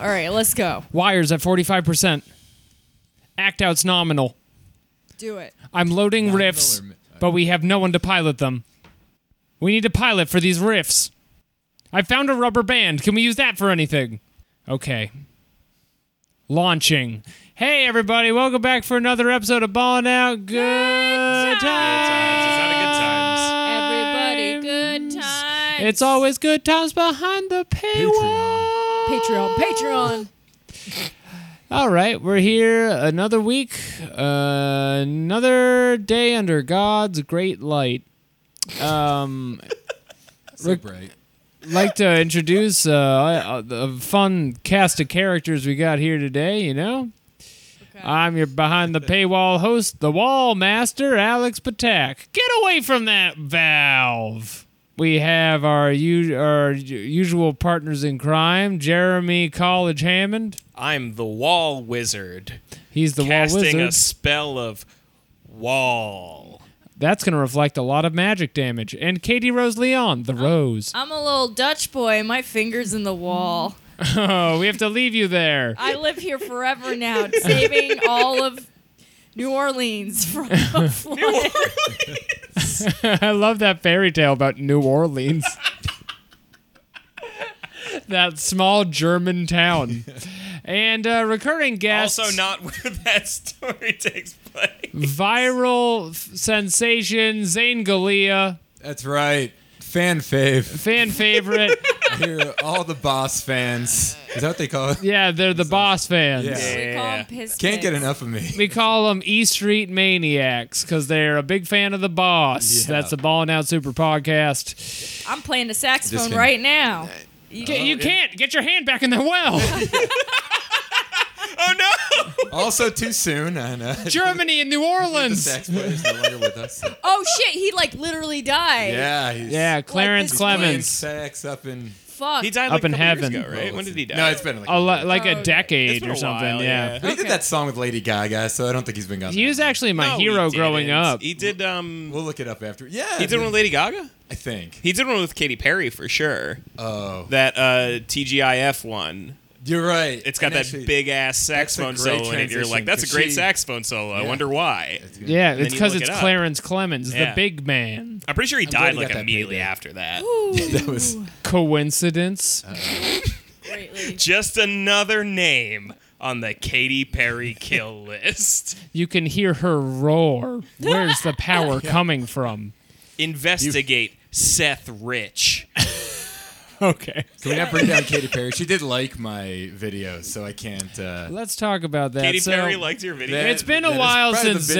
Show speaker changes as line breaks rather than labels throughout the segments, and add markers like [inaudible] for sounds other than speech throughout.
All right, let's go.
Wires at 45%. Act out's nominal.
Do it.
I'm loading
Nominal
riffs,
or mi-
but we have no one to pilot them. We need a pilot for these riffs. I found a rubber band. Can we use that for anything? Okay. Launching. Hey everybody, welcome back for another episode of Ballin' Out. Good, times.
times. It's not a good times.
Everybody, good time.
It's always good times behind the paywall.
Patreon. Patreon.
All right, we're here another week, uh, another day under God's great light.
So bright.
like to introduce uh, uh, the fun cast of characters we got here today. You know, I'm your behind the paywall host, the Wall Master, Alex Patak. Get away from that valve. We have our u- our u- usual partners in crime, Jeremy College Hammond.
I'm the wall wizard,
He's the wall
casting
wizard.
a spell of wall.
That's going to reflect a lot of magic damage. And Katie Rose Leon, the
[laughs]
Rose.
I'm a little Dutch boy. My fingers in the wall.
Uh-huh.
Oh, [laughs] we have to leave you there.
I live here
[laughs]
forever now, saving all of New Orleans
[laughs]
from a flood.
I love that fairy tale about New
[laughs]
Orleans. that small German
[laughs]
town. And uh, recurring guest,
Also, not [laughs] where that story takes place.
viral f- sensation Zane Galea,
That's right.
[laughs]
Fan fave.
fan favorite.
[laughs] I hear all the boss fans. Is that what they call it?
yeah, they're the boss fans.
Yeah.
We call 'em
Yeah.
piss
Can't get
pigs.
enough of me.
[laughs] We call them E Street Maniacs because they're a big fan of the boss.
Yeah.
That's the Ballin' Out Super podcast.
I'm playing the
Just
saxophone
kidding.
right now.
Get, you can't get your hand back in the
[laughs]
well.
Oh no!
Also too soon. I know. [laughs]
Germany and New
The
Orleans.
sax player's no longer
[laughs]
with us.
Oh shit, he like literally died.
Yeah. He's
Yeah, Clarence
this
playing
Clemens.
sax up in.
Fuck.
He died
Up
like a
in
couple years
heaven.
ago, right? When did he die?
No, it's been like.
a lo- like
Oh,
a
okay.
decade
It's been
or
a
something.
while,
yeah.
But he did that song with Lady Gaga, so I don't think he's been gone.
he
that
was
long.
actually my
No, he
hero
didn't.
growing up.
He did um
We'll look it up after. Yeah.
he did one with Lady Gaga?
I think.
He did one with Katy Perry for sure.
Oh,
That uh TGIF one.
you're right.
It's got
And
that
actually-
big ass
that's a
saxophone
great
solo in it. You're like,
transition,
that's a
'cause
great
she-
saxophone solo. I
Yeah.
wonder why.
yeah,
then
it's
you
because
look
it's
it up.
Clarence Clemens, the
Yeah.
big man.
I'm pretty sure he
glad
died
he
like
got that
immediately
payday.
after that.
[laughs] That was
Coincidence?
Uh.
Greatly.
Just another name on the Katy Perry [laughs] kill list.
you can hear her roar. Where's the
[laughs]
power coming from?
Investigate Seth Rich.
Okay.
Can we not bring down Katy Perry? She did like my videos, so I can't. Uh,
Let's talk about that.
Katy
So,
Perry liked your video.
That-
it's been
that
a
is
while
probably the
since
biggest,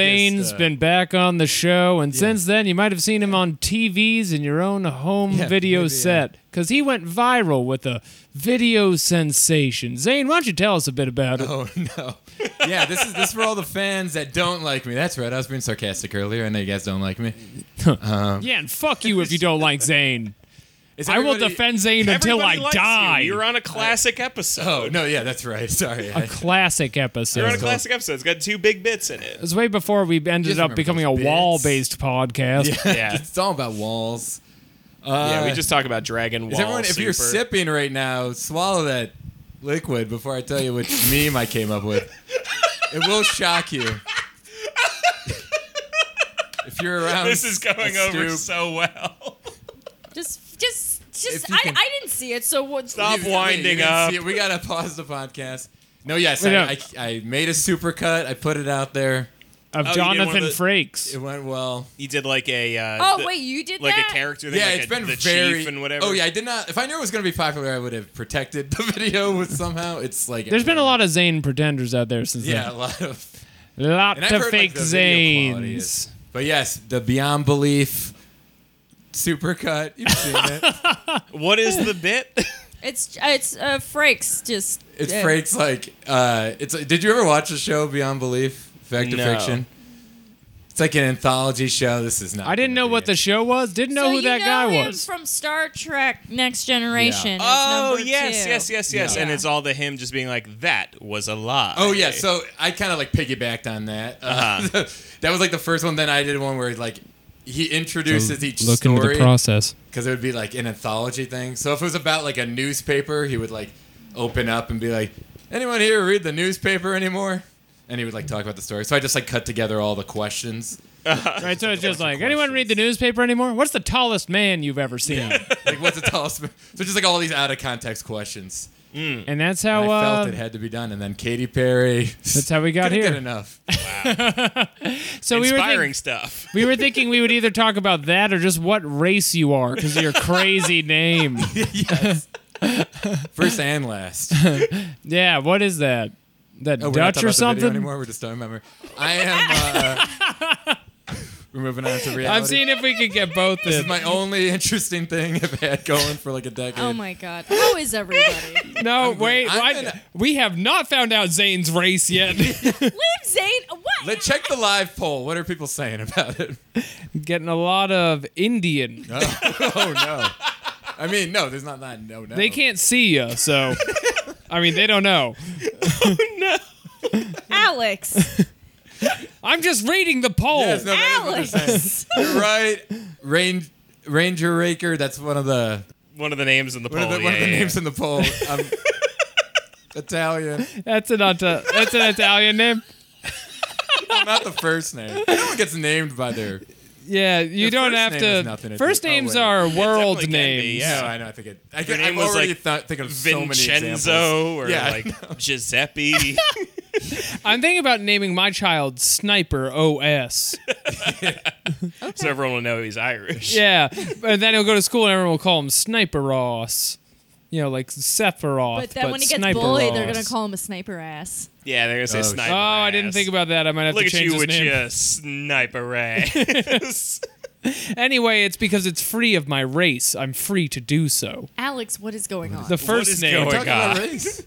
Zane's
uh,
been back on the show, and since then you might have seen him on TVs in your own home
Yeah,
video
maybe, uh,
set because he went viral with a video sensation. Zane, why don't you tell us a bit about it?
[laughs] oh no. Yeah, this is this is for all the fans that don't like me. That's right. I was being sarcastic earlier. I know you guys don't like me. Uh-huh.
Yeah, and fuck you if you don't like Zane.
Is
I will
everybody-
defend Zane until I
Everybody likes
die.
You. are on a classic episode.
Oh no, yeah, that's right. [laughs] Sorry.
a
I-
classic episode.
You're on a classic episode. It's got two big bits in
it
it.
was way before we ended
Just
up
remember
becoming a
those bits.
wall-based podcast.
[laughs] Yeah.
it's all about walls. Uh,
yeah, we just talk about Dragon Wall.
Is everyone? If you're
Super.
sipping right now, swallow that liquid before I tell you which [laughs] meme I came up with. It will shock you.
[laughs]
if you're around,
this is going
a
over
stoop-
so well.
Just, just, just.
If you
I,
can-
I didn't see it, so what's
Stop
You- wait,
winding
you didn't
up.
see it. We gotta pause the podcast. No, yes,
Wait,
I,
no.
I, I made a supercut. I put it out there.
Of
Oh, you did one of
Jonathan
the-
Frakes.
It went well.
[laughs] You did like a. Uh,
Oh
the-
wait, you did
Like
that.
a character. Thing,
Yeah,
like
it's
a-
been
the
very.
chief and whatever.
Oh yeah, I did not. If I knew it was gonna be popular, I would have protected the [laughs] video with somehow. It's like
There's been a lot of Zane pretenders out there since
[laughs] Yeah, a lot of.
then. Lot
And I've
of
heard, like,
fake
the video quality
Zanes.
is- But yes, the Beyond Belief supercut. You've seen
[laughs]
it.
What is [laughs] the bit?
It's, it's uh, Frakes. Just.
It's
uh,
Frank's like uh it's did you ever watch the show Beyond Belief? Fact or
No.
fiction? It's like an anthology show. This is not
I didn't
gonna
know
be
what the
it.
show was. Didn't know
so
who
you
that
know
guy
him
was.
from Star Trek: Next Generation. as
Oh
number
yes,
two.
yes, yes, yes,
Yeah.
and it's all the him just being like, "That was a lie."
Oh yeah, so I kind of like piggybacked on that. Uh,
Uh-huh.
[laughs] that was like the first one. Then I did one where like he introduces each
Look into
story
the process.
because it would be like an anthology thing. So if it was about like a newspaper, he would like open up and be like, anyone here read the newspaper anymore? And he would like talk about the story. So I just like cut together all the questions.
Right, so it's just like, anyone read the newspaper anymore? What's the tallest man you've ever seen?
Like what's the tallest? So just like all these out of context questions.
[laughs] And that's how
I
uh,
felt it had to be done. And then Katy Perry.
That's how we got
[laughs] Couldn't
here.
Get enough.
so we were, think-
Inspiring stuff. [laughs]
we were thinking we would either talk about that or just what race you are because of your
[laughs]
crazy name.
yes. First and last.
Yeah, what is that? That
Oh, we're
Dutch or
not talking about the video
something?
anymore. We're just talking about. I am. Uh, we're moving on to reality.
I'm seeing if we could get both.
This
in.
is my only interesting thing I've had going for like a decade.
Oh my god. How is [laughs] everybody?
no,
gonna-
wait,
I'm
I-
gonna-
we have not found out Zane's race yet.
[laughs]
Live Zane. What?
Let check the live poll. What are people saying about it?
Getting a lot of Indian.
Oh no. I mean, no, there's not that. No, no.
Oh.
They can't see you,
[laughs]
so I mean they don't know.
Alex.
I'm just reading the poll.
Yes, no, that is what they're saying.
Alex.
You're right. Rain, Ranger Raker. That's one of the
One of the names in the
one
poll.
of the,
yeah,
one of the
yeah,
names in the poll. I'm Italian.
That's an Ita- that's an Italian name.
Not the first name. No one gets named by their.
Yeah, you
Your
don't
first
have
name
to.
is nothing, I
first
think. Oh,
names
wait.
are world
definitely can
names.
be,
No,
yeah.
I know. I think it. I can,
name
I'm
was,
already
like,
thought- thinking of so many examples.
Vincenzo or
Yeah, I
like
[laughs]
Giuseppe.
I'm thinking about naming my child Sniper
[laughs]
OS.
so everyone will know he's Irish.
yeah, and then he'll go to school and everyone will call him Sniper Ross. You know, like Sephiroth.
But then when he gets
Sniper
bullied, they're
Ross.
gonna call him a sniper ass.
Yeah, they're gonna say
Oh, shit.
sniper.
Oh, I didn't
ass.
think about that. I might have
Look
to
at
change
you
his
with
name.
your
[laughs]
sniper ass.
Anyway, it's because it's free of my race. I'm free to do so.
Alex, what is going on?
The first
is
name
going
Talking about
God. [laughs]
race.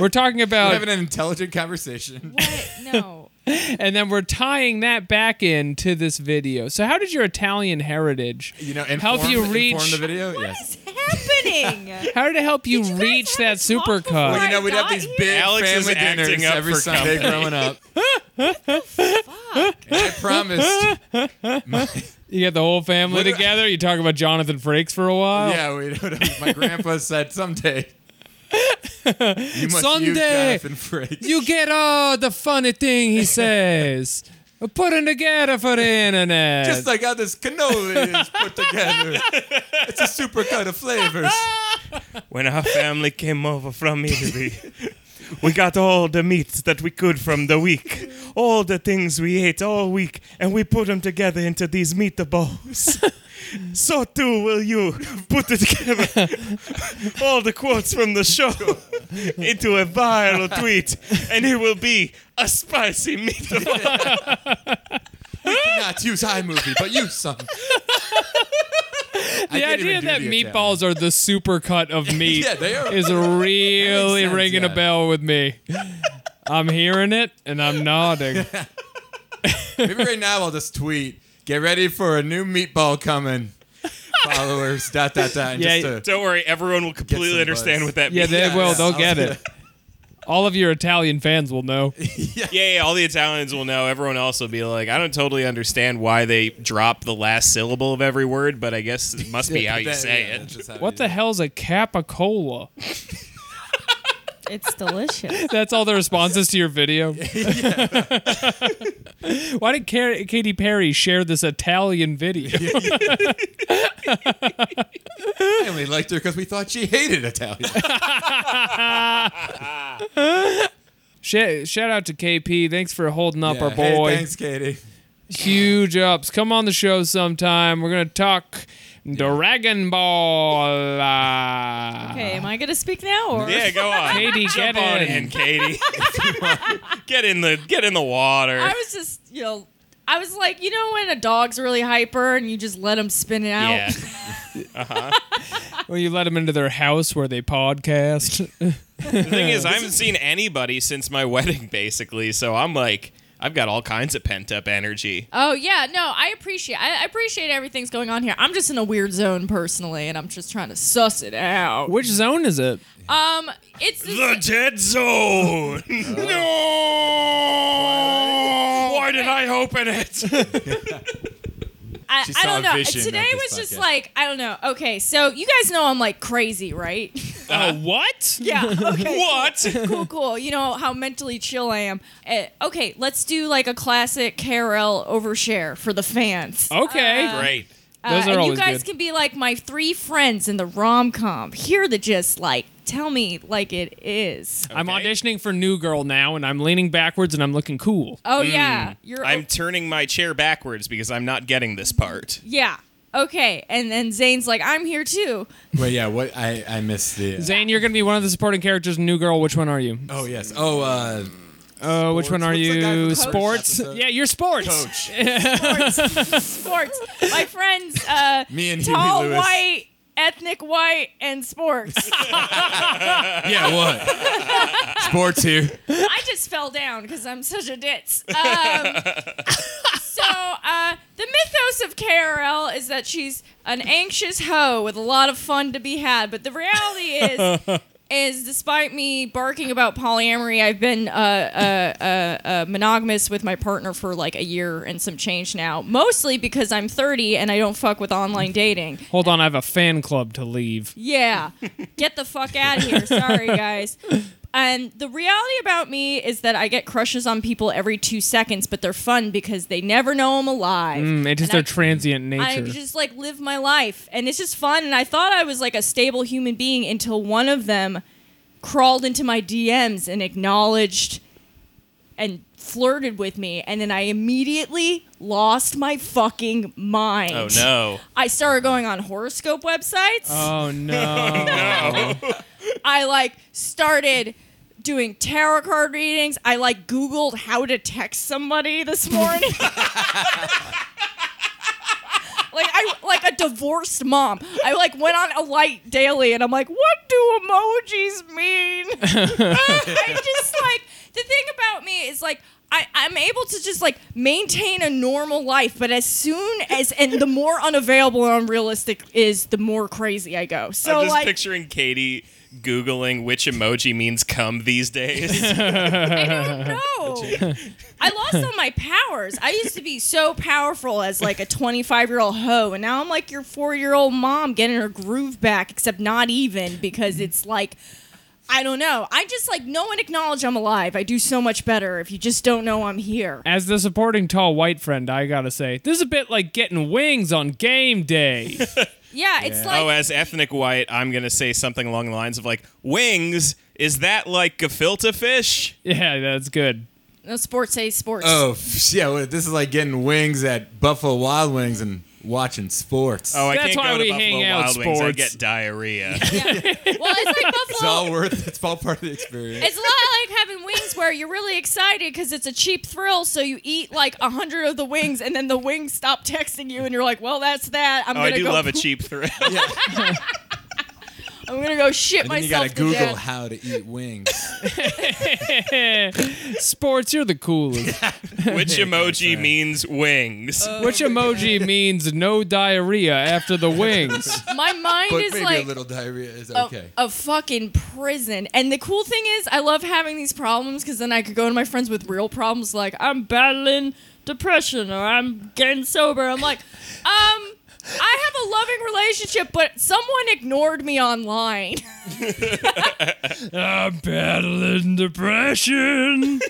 we're talking
We're
about,
having an intelligent conversation.
what? No.
and then we're tying that back in to this video. So, how did your Italian heritage
You know, inform,
help you
inform
reach?
the video. yes.
What's happening?
How did it help you,
Did you guys
reach
have
that
this talk
supercut?
before?
Well, you know, we'd have
got
these
here.
big
Alex is
family
acting
dinners
up
every
for
Sunday
company.
growing
[laughs]
up. And I
[laughs]
promised.
You get the whole family
What do-
together. you talk about Jonathan Frakes for a while.
Yeah, we [laughs] my grandpa said
[laughs]
someday. You must use
Someday.
Jonathan Frakes.
You get all the funny thing
[laughs]
he says. Put it together for the internet.
just like how this cannoli is put together. It's a supercut of flavors.
when our family came over from Italy, we got all the meats that we could from the week, all the things we ate all week, and we put them together into these meatballs. [laughs] so too will you put it together [laughs] all the quotes from the show [laughs] into a viral tweet, and it will be a spicy meatball.
Not use iMovie, but use some.
the
I didn't even
idea
do
that
the Italian. [laughs]
meatballs are the supercut of meat
Yeah, they are.
is really
sense,
ringing
yeah.
a bell with me. I'm hearing it and I'm
[laughs]
nodding.
Maybe right now I'll just tweet. Get ready for a new meatball coming. Followers, dot dot dot. And
Yeah,
just a,
Don't worry, everyone will completely
some
understand
buzz.
what that
Yeah,
means.
they will. They'll
I'll
get
do
it. All of your Italian fans will know.
Yeah, yeah, all the Italians will know. Everyone else will be like, I don't totally understand why they drop the last syllable of every word, but I guess it must be how you
That-
say
yeah, that's
it.
just how
What
you-
the hell's a capicola?
[laughs] It's delicious.
That's all the responses to your video. [laughs] Why did Car- Katy Perry share this Italian video?
I only liked her because we thought she hated
[laughs]
Italian.
Sh- shout out to KP. Thanks for holding up our
Hey,
boy.
thanks, Katie.
Huge ups. Come on the show sometime. We're gonna talk Dragon Ball. Uh,
Okay, am I gonna speak now or?
Yeah, go on.
Katie,
Jump
get
on
in.
in, Katie. get in the get in the water.
I was just, you know, I was like, you know, when a dog's really hyper and you just let him spin it out.
yeah.
Well, you let them into their house where they podcast.
The thing is, I haven't seen anybody since my [laughs] wedding, basically. So I'm like, I've got all kinds of pent up energy.
Oh yeah, no, I appreciate I I appreciate everything's going on here. I'm just in a weird zone personally, and I'm just trying to suss it out.
Which zone is it?
Um, it's this-
The dead
[laughs]
zone. no. Why did I open it?
[laughs]
I, I
She saw
don't
a
know.
vision
Today
of this
was just
podcast.
like I don't know. Okay, so you guys know I'm like crazy, right?
Uh, what?
[laughs] Yeah. Okay.
What?
Cool, cool. You know how mentally chill I am. Uh, okay, let's do like a classic KRL overshare for the fans.
Okay.
Great.
Uh,
Oh, Those are
and you
always
guys
good.
can be like my three friends in the rom com. Here to just like tell me like it is.
I'm
Okay.
auditioning for New Girl now, and I'm leaning backwards, and I'm looking cool.
Oh yeah, you're.
Hmm. mm, I'm turning my chair backwards because I'm not getting this part.
yeah. Okay, and then Zane's like, I'm here too.
Wait, yeah, what? I, I missed the.
Zane, you're gonna be one of the supporting characters in New Girl. Which one are you?
oh, yes. Oh, uh,
Uh, which one are
Sports. What's the guy from
you?
Coach?
Sports.
Episode.
Yeah, you're sports.
coach.
Sports. [laughs] my friends, uh,
Me and Huey
tall,
Lewis.
white, ethnic white, and sports.
[laughs]
yeah, what? Sports here.
[laughs] I just fell down because I'm such a ditz. [laughs] Um, so uh, the mythos of KRL is that she's an anxious hoe with a lot of fun to be had, but the reality
[laughs]
is. Is despite me barking about polyamory, I've been uh, uh, uh, uh, monogamous with my partner for like a year and some change now. Mostly because I'm 30 and I don't fuck with online dating.
Hold on, I have a fan club to leave.
Yeah. Get the
[laughs]
fuck out of here. Sorry, guys. And the reality about me is that I get crushes on people every two seconds, but they're fun because they never know I'm alive.
Mm, it's just
And
their
I-
transient
I
nature.
just like live my life and it's just fun. And I thought I was like a stable human being until one of them crawled into my DMs and acknowledged and flirted with me. And then I immediately lost my fucking mind. [laughs]
Oh no.
I started going on horoscope websites. [laughs]
oh no.
I like started doing tarot card readings. I like Googled how to text somebody this morning. Like I like a divorced mom. I like went on a light daily and I'm like, what do emojis mean? I just like the thing about me is like I, I'm able to just like maintain a normal life, but as soon as and the more unavailable and unrealistic is, the more crazy I go. So
I'm just
like
picturing Katie googling which emoji means cum these days.
I don't know. [laughs] I lost all my powers. I used to be so powerful as like a 25 year old hoe, and now I'm like your four year old mom getting her groove back, except not even because it's like. I don't know. I just like no one acknowledge I'm alive. I do so much better if you just don't know I'm here.
As the supporting tall white friend, I gotta say, this is a bit like getting wings on game day.
[laughs] Yeah, it's like
oh, as ethnic white, I'm gonna say something along the lines of like wings. Is that like gefilte fish?
yeah, that's good.
no sports a sports.
Oh, f- yeah, what- this is like getting wings at Buffalo Wild Wings and watching sports.
Oh, I
That's
can't
why
go to
we
Buffalo
hang out,
Wild Wings. I
sports.
get diarrhea.
Well,
[laughs]
it's like Buffalo.
it's all worth It's all part of the experience.
It's a lot like having wings where you're really excited because it's a cheap thrill. So you eat like a hundred of the wings, and then the wings stop texting you, and you're like, "Well, that's that. I'm
Oh, I
gonna
do
go.
love a cheap thrill.
I'm gonna go shit
and then you
myself
gotta Google
to death."
how to eat wings.
Sports, you're the coolest.
[laughs]
Which emoji means wings?
Which emoji means no diarrhea after the wings?
[laughs] My mind
[laughs] but
is
maybe
like
a little diarrhea is
a,
okay.
a fucking prison. And the cool thing is, I love having these problems because then I could go to my friends with real problems, like I'm battling depression or I'm getting sober. I'm
[laughs]
like, um. I have a loving relationship, but someone ignored me online. [laughs]
I'm battling
[laughs]
depression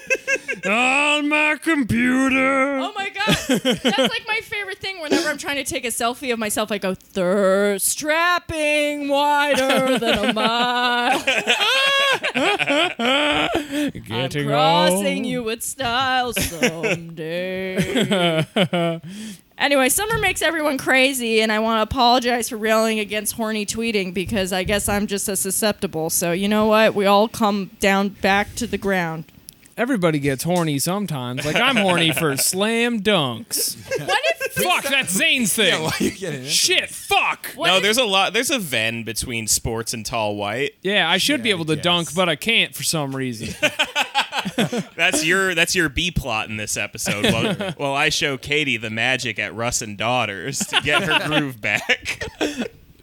on my computer.
Oh my god, that's like my favorite thing. Whenever I'm trying to take a selfie of myself, I go thirst strapping wider than a
[laughs]
mile. I'm
Getting
crossing
old.
you with style someday. anyway, summer makes everyone crazy, and I want to apologize for railing against horny tweeting because I guess I'm just as susceptible. So you know what? We all come down back to the ground.
Everybody gets horny sometimes. Like I'm horny
[laughs]
for slam dunks.
What if
fuck, that's Zane's
yeah,
thing.
[laughs] why are you getting it?
Shit, fuck.
what
no,
if-
there's a lot. There's a Venn between sports and tall white.
Yeah, I should be
Yeah,
able
I
to
guess.
dunk, but I can't for some reason. [laughs]
That's your that's your B plot in this episode. While, [laughs] while [laughs] I show Katie the magic at Russ and Daughters to get her groove back.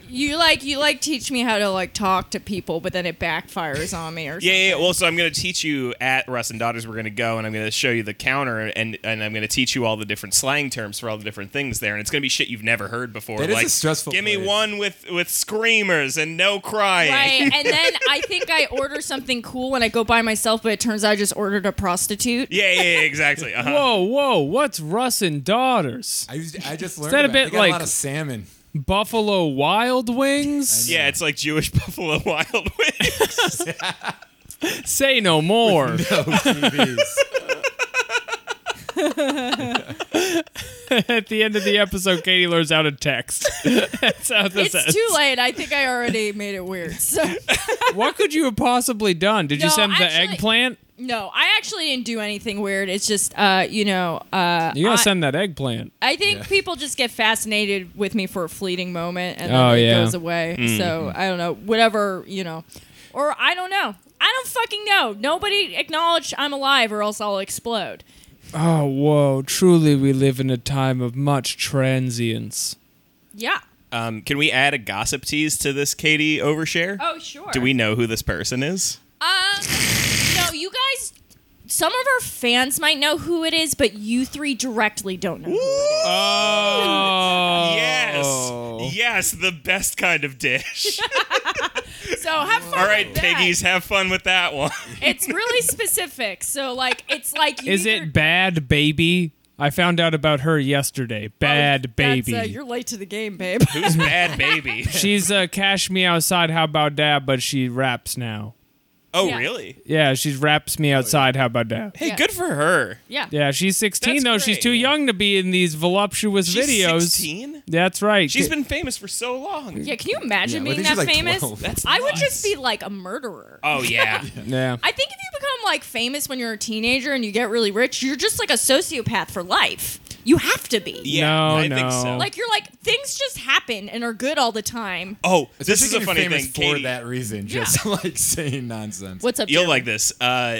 You like you like teach me how to like talk to people, but then it backfires on me or
Yeah,
something.
yeah. Well, so I'm going to teach you at Russ and Daughters. We're going to go, and I'm going to show you the counter, and and I'm going to teach you all the different slang terms for all the different things there, and it's going to be shit you've never heard before.
That is a
like,
stressful
Give me
place.
one with with screamers and no crying.
Right, and then I think I order something cool when I go by myself, but it turns out I just ordered a prostitute.
Yeah, yeah, yeah, [laughs] exactly. Uh-huh.
Whoa, whoa, what's Russ and Daughters?
I, used, I just learned
that a
about it. They
bit
got a
like-
lot
[laughs]
of salmon.
Buffalo Wild Wings?
Yeah, it's like Jewish [laughs] Buffalo Wild Wings.
Say no
[laughs]
more. [laughs] At the end of the episode, Katie learns how to text. [laughs] That's how this
It's
ends.
too late. I think I already made it weird. So
What could you have possibly done? Did you
No,
send the
actually-
eggplant?
no, I actually didn't do anything weird. It's just uh, you know, uh
You gotta
I,
send that eggplant.
I think people just get fascinated with me for a fleeting moment and then
Oh,
it
yeah.
goes away.
Mm.
So I don't know. Whatever, you know. Or I don't know. I don't fucking know. Nobody acknowledged I'm alive or else I'll explode.
Oh, whoa. Truly, we live in a time of much transience.
Yeah.
um, can we add a gossip tease to this, Katie Overshare?
Oh sure.
Do we know who this person is?
Um, no, you guys. Some of our fans might know who it is, but you three directly don't know. who it is.
Oh.
Yes, yes, the best kind of [laughs] dish.
So have fun.
All right,
with that.
piggies, have fun with that [laughs] one.
It's really specific. So like, it's like. You
Is
either-
it Bad Baby? I found out about her yesterday. Bad
Oh, that's,
Baby.
uh, you're late to the game, [laughs] babe.
Who's bad [laughs] baby?
She's uh, Cash Me Outside, How About Dad, but she raps now.
Oh,
Yeah.
really?
Yeah, she raps
Oh,
me outside, How About Dad.
Hey,
Yeah.
good for her.
yeah.
Yeah, she's 16,
That's
though. She's
great,
too
yeah.
young to be in these voluptuous
She's
videos.
16?
That's right.
She's been famous for so long.
Yeah. Can you imagine
Yeah, I
being
think
that
she's like
famous?
12.
That's
I would
nuts.
just be like a murderer.
Oh yeah.
Yeah.
I think if you become like famous when you're a teenager and you get really rich, you're just like a sociopath for life. You have to be.
[laughs] yeah.
No,
I think
no.
so.
Like you're like things just happen and are good all the time.
oh, this
Especially
is a
if you're
funny
famous
thing.
for
Katie,
that reason, just [laughs] like saying nonsense.
What's up?
you'll
Jeremy?
like this. Uh,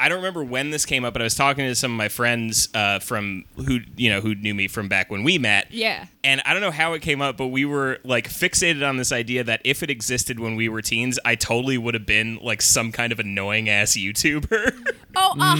I don't remember when this came up, but I was talking to some of my friends uh, from who you know who knew me from back when we met.
Yeah.
And I don't know how it came up, but we were like fixated on this idea that if it existed when we were teens, I totally would have been like some kind of annoying ass YouTuber. [laughs]
Oh, a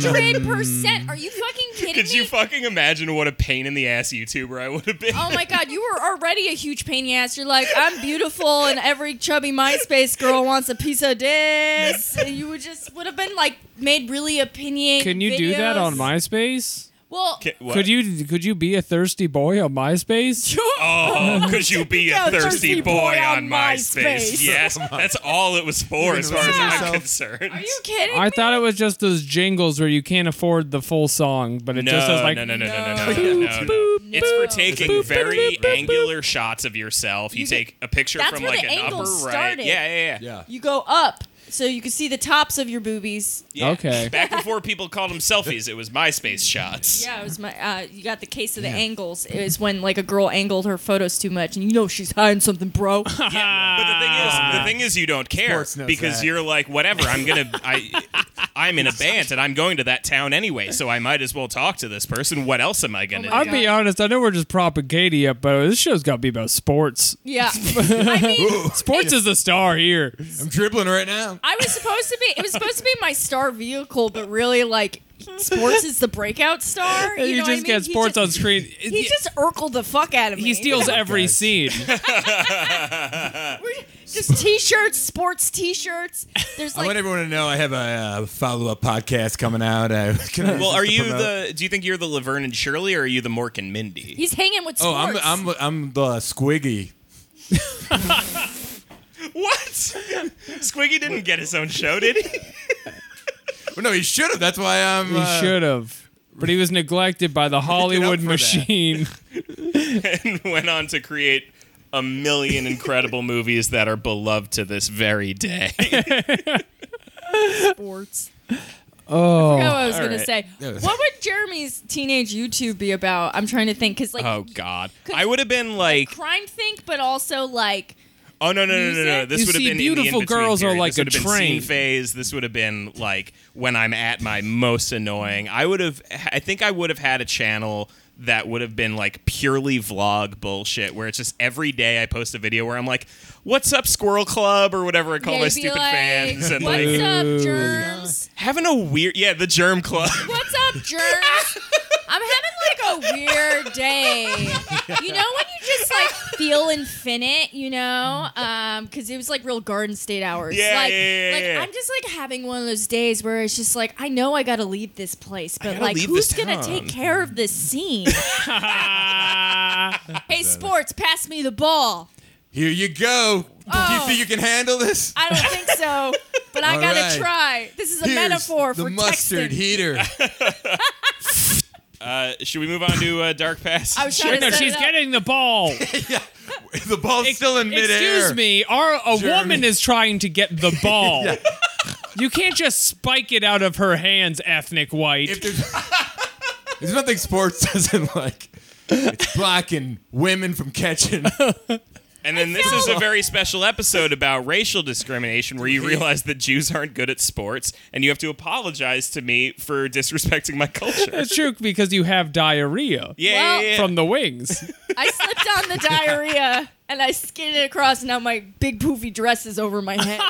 hundred percent. Are you fucking
[laughs]
kidding
Could
me?
Mm. you fucking imagine what a pain in the ass YouTuber I would have been?
oh my god, you were already a huge pain in the ass. You're like, I'm beautiful, and every chubby MySpace girl wants a piece of this. [laughs] And you would just would have been like made really opinionated.
Can you do that
videos.
on MySpace?
Well, [laughs]
Ca- what?
Could you could you be a thirsty boy on MySpace?
Oh, could you
[laughs]
be a
Yeah,
thirsty boy on MySpace?
[laughs] MySpace.
Yes, that's all it was for,
You
as
can
far as
listen to
I'm
yourself.
concerned.
are you kidding?
I
me?
thought it was just those jingles where you can't afford the full song, but it
No,
just says like
no, no, no, no, no, no, no, no, no. It's for taking very angular shots of yourself. You
You get-
take a picture
That's
from
where
like
the
an upper
angles
right.
started.
Yeah, yeah, yeah.
yeah.
You go up so you can see the tops of your boobies.
Yeah.
Okay.
[laughs] Back before people called them selfies, it was MySpace shots.
Yeah, it was my. Uh, you got the case of the angles. It was when like a girl angled her photos too much, and you know she's hiding
[laughs]
something, bro.
Yeah, But the thing is, the thing is, you don't care
Ah. Sports knows
because
that.
you're like, whatever. I'm
[laughs]
gonna, I, I'm in a band and I'm going to that town anyway, so I might as well talk to this person. What else am I gonna?
Oh my
do?
I'll be honest, I know we're just propping Katie up, but this show's got to be about
[laughs]
sports.
Yeah, I mean,
Sports is the star here.
I'm dribbling right now.
I was supposed to be. It was supposed to be my star vehicle, but really, like, sports is the breakout star.
You,
You, know
just
what I mean?
get
He
sports
just- Oh
on
[laughs]
screen.
He just urkled the fuck out of me.
He steals every
[laughs]
Guys.
scene.
just t-shirts, sports t-shirts.
[laughs]
There's
I
like
want everyone to know I have a uh, follow-up podcast coming out. Uh, can I [laughs]
Well,
just
are you
promote?
the? Do you think you're the Laverne and Shirley, or are you the Mork and Mindy?
he's hanging with
Oh,
sports.
I'm I'm I'm the squiggy.
[laughs] What? Squiggy didn't get his own show, did he? [laughs]
Well, no, he should have. That's why I'm.
He
uh,
should have. But he was neglected by the Hollywood
for that.
machine.
[laughs]
and went on to create a million incredible movies that are beloved to this very
[laughs]
day.
sports.
Oh.
Oh, I was
all
gonna
right.
say,
Yeah.
what would Jeremy's teenage YouTube be about? I'm trying to think because like
Oh God, I would have been like,
crime think, but also like
oh no, no, no, no, no.
Music?
This
You
would have
see,
been in the
beautiful
in-between
girls are
period.
like
this would
a
have been scene
train.
phase. This would have been like when I'm at my most annoying. I would have. I think I would have had a channel that would have been like purely vlog bullshit where it's just every day I post a video where I'm like, What's up, Squirrel Club or whatever I call
They'd
my
be
stupid
like,
fans and
What's
like
up, germs?
having a weird yeah, the germ club. [laughs]
What's up, germs? I'm having like a weird day. You know when you just like feel infinite, you know? Um, because it was like real Garden State hours.
Yeah,
like,
yeah, yeah,
like
yeah.
I'm just like having one of those days where it's just like I know I gotta leave this place, but
gotta
like
leave
who's
this
gonna
town.
take care of
[laughs]
this scene? hey, sports, pass me the ball.
Here you go. Do you
Oh.
think you can handle this?
I don't think so, but I
All
gotta
right.
try. This is a
Here's
metaphor
the
for
mustard
texting. [laughs]
heater. [laughs]
Uh, should we move on to uh, Dark Pass?
I was
Sure.
trying to
No,
set
she's
it up.
getting the
[laughs]
ball.
the ball's still in midair.
Excuse me, our a
Jeremy.
woman is trying to get the
[laughs]
ball. You can't just spike it out of her hands, ethnic white.
If there's, [laughs] there's nothing sports [laughs] doesn't like. It's blocking women from catching.
[laughs]
And then this is a very special episode about racial discrimination where you realize that Jews aren't good at sports and you have to apologize to me for disrespecting my culture.
That's true because you have diarrhea
[laughs] Yeah,
Well-
yeah, yeah.
from the
[laughs]
wings.
I slipped on the diarrhea and I skidded across. Now my big poofy dress is over my
[laughs]
head.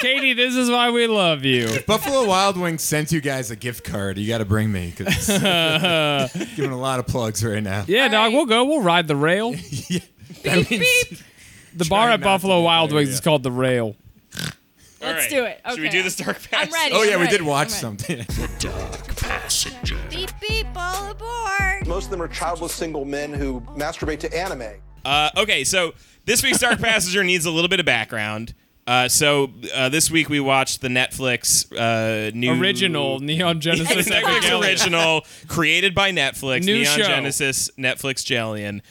Katie, this is why we love you.
Buffalo Wild Wings sent you guys a gift card. You got to bring me because
[laughs]
giving a lot of plugs right now.
Yeah,
All
dog,
right.
we'll go. We'll ride the rail.
[laughs] That
beep,
means
beep.
The bar at
not to
Buffalo
do
Wild Wings
diarrhea.
is called the Rail.
All
Let's do it.
Should we
Okay.
do this Dark Pass?
I'm ready.
Oh yeah,
I'm
we
ready.
did watch
I'm ready.
something. [laughs]
Beep beep, all aboard.
Most of them are childless single men who masturbate to anime.
Uh, okay, so this week's Dark Passenger needs a little bit of background. Uh, so uh, this week we watched the Netflix uh, new
Original Neon
[laughs]
Genesis
Netflix
Evangelion.
original created by Netflix,
New
Neon
show.
Genesis, Netflix Jellion.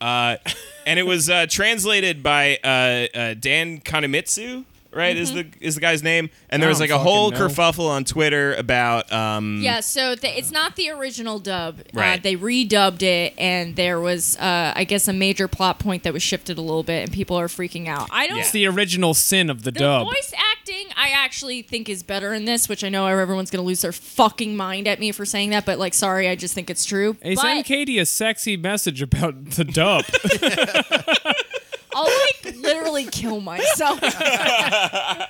Uh, and it was uh, translated by uh, uh, Dan Konemitsu, right? Is the is the guy's name? And there
Mm-hmm. I
was
don't
like a whole
fucking know.
kerfuffle on Twitter about um,
Yeah, so the, it's not the original dub. Uh,
Right.
they redubbed it, and there was, uh, I guess, a major plot point that was shifted a little bit, and people are freaking out. I don't.
Yeah.
It's the original sin of the,
The
dub.
voice acting, I actually think, is better in this, which I know everyone's gonna lose their fucking mind at me for saying that, but like, sorry, I just think it's true.
Hey,
but
send Katie a sexy message about the
[laughs]
dub.
I'll like literally kill myself. Um,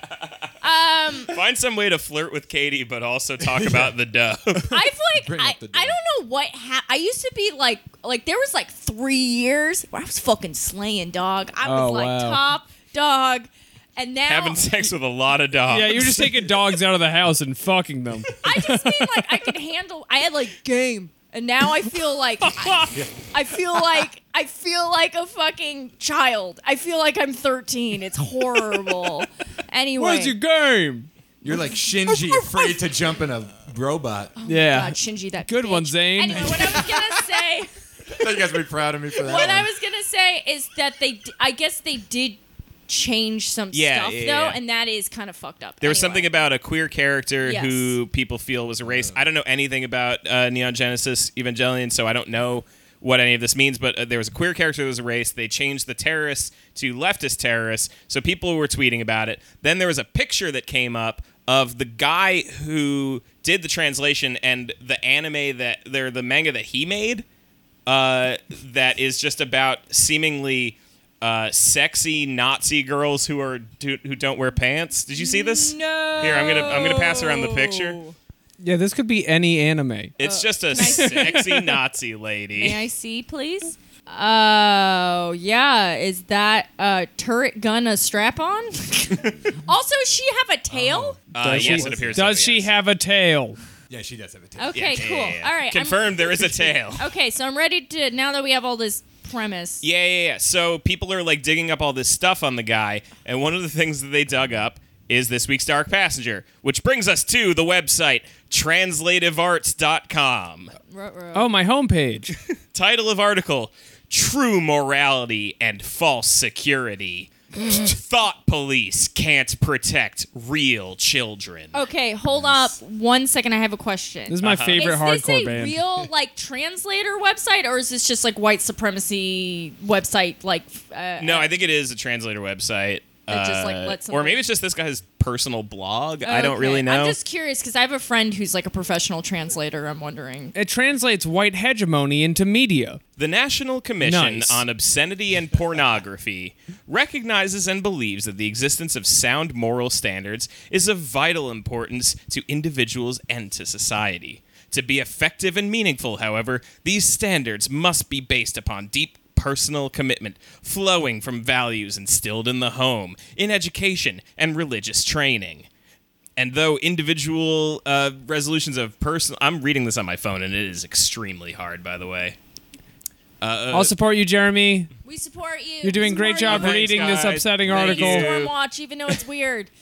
find some way to flirt with Katie, but
[laughs]
also talk about the dub. [laughs]
I've like
Bring
I,
up the
I
dead.
don't know what ha- I used to be like like there was like three years where I was fucking slaying dog. I was
Oh,
like
wow.
top dog, and now
Having sex with a lot of dogs.
yeah, you're just taking dogs out of the house and fucking them.
I just mean like I could handle. I had like game, and now I feel like I, I feel like I feel like a fucking child. I feel like I'm 13. It's horrible. Anyway,
Where's your game?
You're
[laughs]
like Shinji, afraid to jump in a robot.
Oh.
yeah.
God, Shinji, that
Good
bitch.
one, Zane.
Anyway, what I was
[laughs]
gonna say.
[laughs] I thought you guys would be proud of me for that.
what
one.
I was gonna say is that they, d- I guess they did change some
Yeah,
stuff
yeah,
though,
yeah.
and that is kind of fucked up.
There was
Anyway.
something about a queer character
Yes.
who people feel was erased. I don't know anything about uh, Neon Genesis Evangelion, so I don't know what any of this means. But uh, there was a queer character that was erased. They changed the terrorists to leftist terrorists, so people were tweeting about it. Then there was a picture that came up of the guy who did the translation and the anime that they're the manga that he made uh, that is just about seemingly uh, sexy Nazi girls who are do, who don't wear pants. Did you see this?
No.
Here, I'm gonna I'm gonna pass around the picture.
Oh.
Yeah, this could be any anime.
It's just a
see? [laughs]
sexy Nazi lady.
May I see, please? Oh yeah, is that a turret gun a
[laughs]
strap on? also, does she have a tail?
Uh,
Does
yes,
she-
it appears.
Does
so,
she
yes.
have a tail?
yeah, she does have a tail.
Yeah,
okay,
yeah,
cool.
yeah, yeah.
All right, I'm-
Confirmed. there is a
[laughs]
tail.
okay, so I'm ready to now that we have all this premise.
Yeah, yeah, yeah. So people are like digging up all this stuff on the guy, and one of the things that they dug up is this week's Dark Passenger, which brings us to the website translativearts.com.
Ruh-roh.
Oh, my homepage.
Title of article True Morality and False Security.
Mm.
Thought police can't protect real children.
Okay, hold up one second. I have a question.
This is
[laughs] Uh-huh.
my favorite
is this
hardcore
a
band.
real like translator website or is this just like white supremacy website like f- uh,
No, I think it is a translator website.
That just, like,
uh,
lets them-
or maybe it's just this guy's personal blog. I don't
Okay.
really know.
I'm just curious because I have a friend who's like a professional translator. I'm wondering.
It translates white hegemony into media.
The National Commission
Nice.
on Obscenity and Pornography recognizes and believes that the existence of sound moral standards is of vital importance to individuals and to society. To be effective and meaningful, however, these standards must be based upon deep personal commitment flowing from values instilled in the home, in education, and religious training. And though individual uh, resolutions of personal. I'm reading this on my phone, and it is extremely hard, by the way. Uh,
I'll support you, Jeremy.
We support you.
You're doing a
We
great job
support
Thanks,
you.
reading this
guys.
upsetting
Thank
article.
you.
Storm watch, even though it's weird.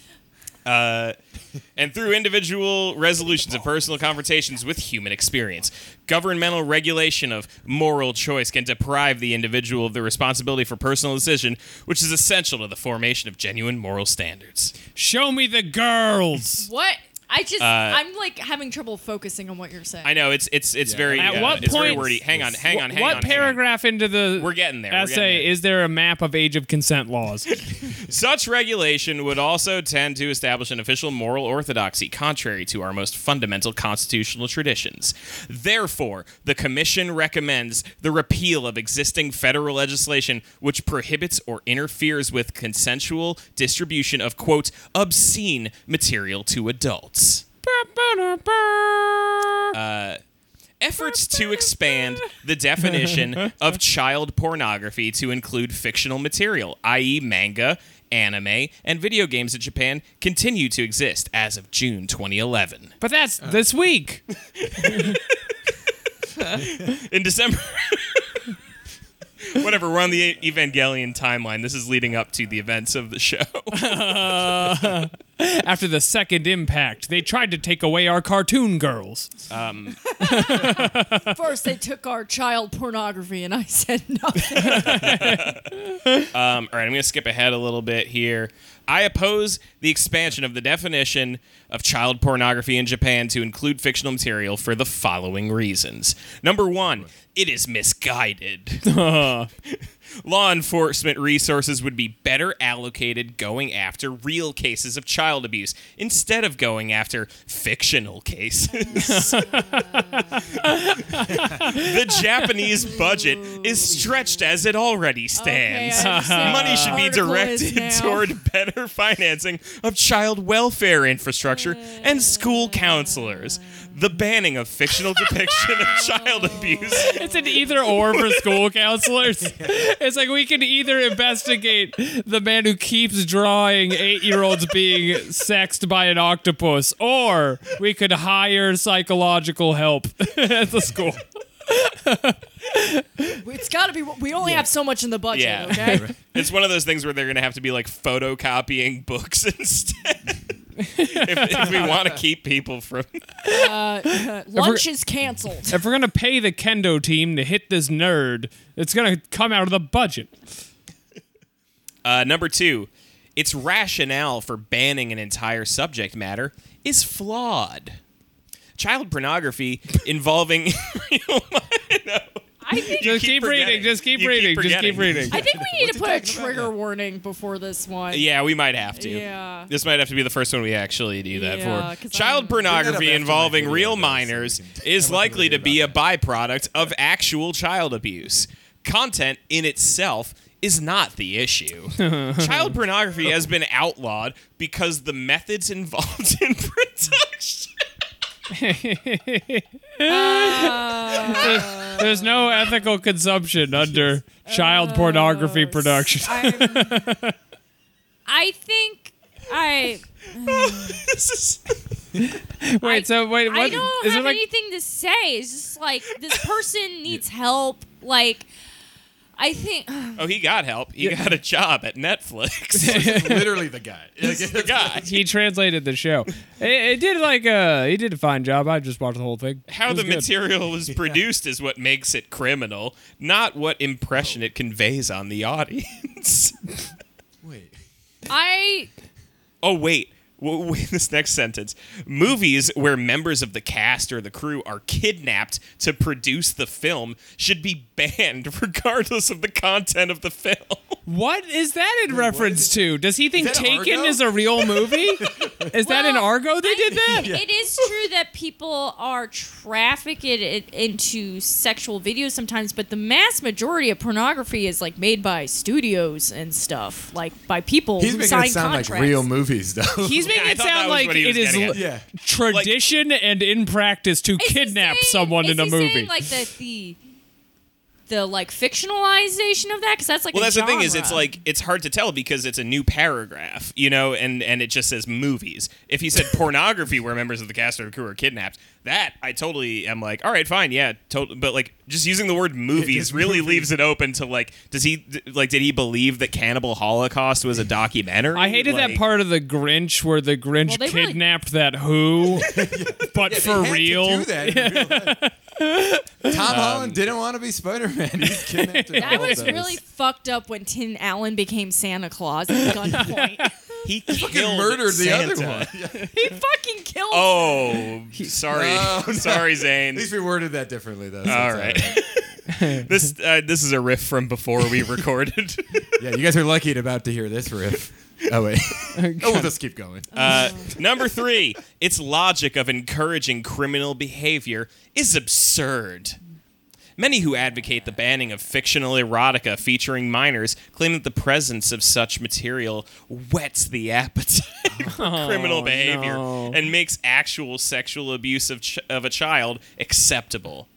and through individual resolutions of personal confrontations with human experience. Governmental regulation of moral choice can deprive the individual of the responsibility for personal decision, which is essential to the formation of genuine moral standards.
Show me the girls.
[laughs] What? I just I'm like having trouble focusing on what you're saying.
Uh, I know it's it's it's very
At
uh,
what
it's very
point-
wordy. Hang on, hang on,
Wh-
hang
what
on. hang on.
paragraph into the
We're getting there, we're
essay
getting there.
is there a map of age of consent
[laughs]
laws?
Such regulation would also tend to establish an official moral orthodoxy contrary to our most fundamental constitutional traditions. Therefore, the Commission recommends the repeal of existing federal legislation which prohibits or interferes with consensual distribution of, quote, obscene material to adults. Efforts to expand the definition of child pornography to include fictional material, i.e., manga, anime, and video games in Japan, continue to exist as of June 2011.
but that's this week.
In December. [laughs] Whatever, we're on the E-, Evangelion timeline. This is leading up to the events of the show.
After the second impact, they tried to take away our cartoon girls.
First they took our child pornography and I [laughs] said
[laughs]
nothing.
Um, all right, I'm going to skip ahead a little bit here. I oppose the expansion of the definition of child pornography in Japan to include fictional material for the following reasons. Number one, it is misguided. [laughs] Law enforcement resources would be better allocated going after real cases of child abuse instead of going after fictional cases. [laughs] the Japanese budget is stretched as it already stands.
Okay, I understand
Money
what
should be
the article is
directed [laughs]
now.
toward better financing of child welfare infrastructure and school counselors. The banning of fictional depiction
[laughs]
of child abuse
It's an either or
[laughs]
for school counselors. It's like we can either investigate the man who keeps drawing eight year olds being sexed by an octopus, or we could hire psychological help [laughs] at the school.
it's got to be we only have so much in the budget,
Yeah. [laughs]
okay?
It's one of those things where they're going to have to be like photocopying books [laughs] instead. if, if we want to keep people from.
Lunch is canceled.
If we're gonna pay the kendo team to hit this nerd, it's gonna come out of the budget.
Uh, number two, its rationale for banning an entire subject matter is flawed. Child pornography involving.
I think
Just keep,
keep
reading.
forgetting.
Just keep
You keep
reading. just keep
forgetting.
reading.
I think we need to put a trigger warning before this one.
yeah, we might have to.
Yeah.
This might have to be the first one we actually do that
Yeah,
for.
'cause
Child
I'm-
Bring
pornography
that up after
involving
my video
real
goes, so we
minors
can-
is
I want
likely
to
to be a
read about
byproduct of actual child abuse. Content in itself is not the issue.
[laughs]
child pornography has been outlawed because the methods involved [laughs] in production. [laughs]
[laughs] There's no ethical consumption under child pornography production.
I'm- I think I
this is
[laughs] wait. So wait. What
I
is
don't
it
have
like?
anything to say. It's just like
[laughs]
this person needs help. Like I think [sighs]
Oh, he got help. He got a job at
[laughs]
Netflix.
Literally the guy. [laughs]
the guy.
He translated the show. It, it did like uh he did a fine job. I just watched the whole thing. It
How
was
the
good.
material was produced is what makes it criminal, not what impression it conveys on the audience. [laughs]
Wait.
I
oh, wait. W- Wait, [laughs] this next sentence. Movies where members of the cast or the crew are kidnapped [laughs] to produce the film should be banned regardless of the content of the film.
What is that in reference to? Does he think
that
Taken
Argo?
is a real movie?
[laughs]
is that in
Well,
Argo they did
[laughs]
that?
It is true that people are trafficked i- into sexual videos sometimes, but the mass majority of pornography is like made by studios and stuff, like by people
He's
who
making
sign
it sound
contracts.
like real movies, though.
He's making
I
it
thought that
sound
was
like
what he
it
was
is
getting at.
l-
[laughs] Yeah.
tradition and in practice to
Is he
kidnap
saying-
someone
is
in a
he
movie.
Saying, like the, the the like fictionalization of that because that's like
Well,
a
that's the thing is, it's
genre.
like it's hard to tell because it's a new paragraph, you know, and and it just says movies. If he said pornography, where members of the cast or crew are kidnapped, that I totally am like, all right, fine, yeah, totally. But like, just using the word movies
just
really
movies.
leaves it open to like, does he d- like did he believe that Cannibal Holocaust was a documentary?
I hated that
Like-
part of the Grinch where the Grinch
they really-
kidnapped that
[laughs]
who, but
[laughs]
for
To
real.
do that in real
[laughs]
life.
Um,
Tom Holland didn't want to be Spider Man. He's kidnapped. and all
That
of
was
those.
really fucked up when Tim Allen became Santa
[laughs]
Claus at gunpoint.
[laughs]
He killed
Fucking murdered the
Santa.
other one.
he fucking killed.
[laughs]
[laughs]
Oh, sorry, [laughs]
Oh, no.
sorry,
At
Zane.
least we worded that differently, though. so
All
it's
right. [laughs] this uh, this is a riff from before we recorded. [laughs]
Yeah, you guys are lucky to about to hear this riff.
[laughs]
Oh wait. oh, we'll just keep going.
Uh, number three, its logic of encouraging criminal behavior is absurd. Many who advocate the banning of fictional erotica featuring minors claim that the presence of such material whets the appetite for criminal behavior
no.
and makes actual sexual abuse of, ch- of a child acceptable.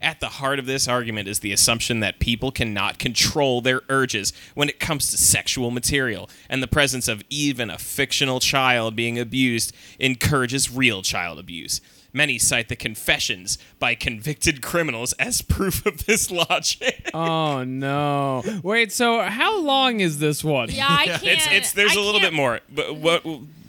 At the heart of this argument is the assumption that people cannot control their urges when it comes to sexual material, and the presence of even a fictional child being abused encourages real child abuse. Many cite the confessions by convicted criminals as [laughs] proof of this logic.
Um,
Oh no! Wait, so how long is this one?
Yeah, I can't.
it's it's there's a
a
little bit more, but what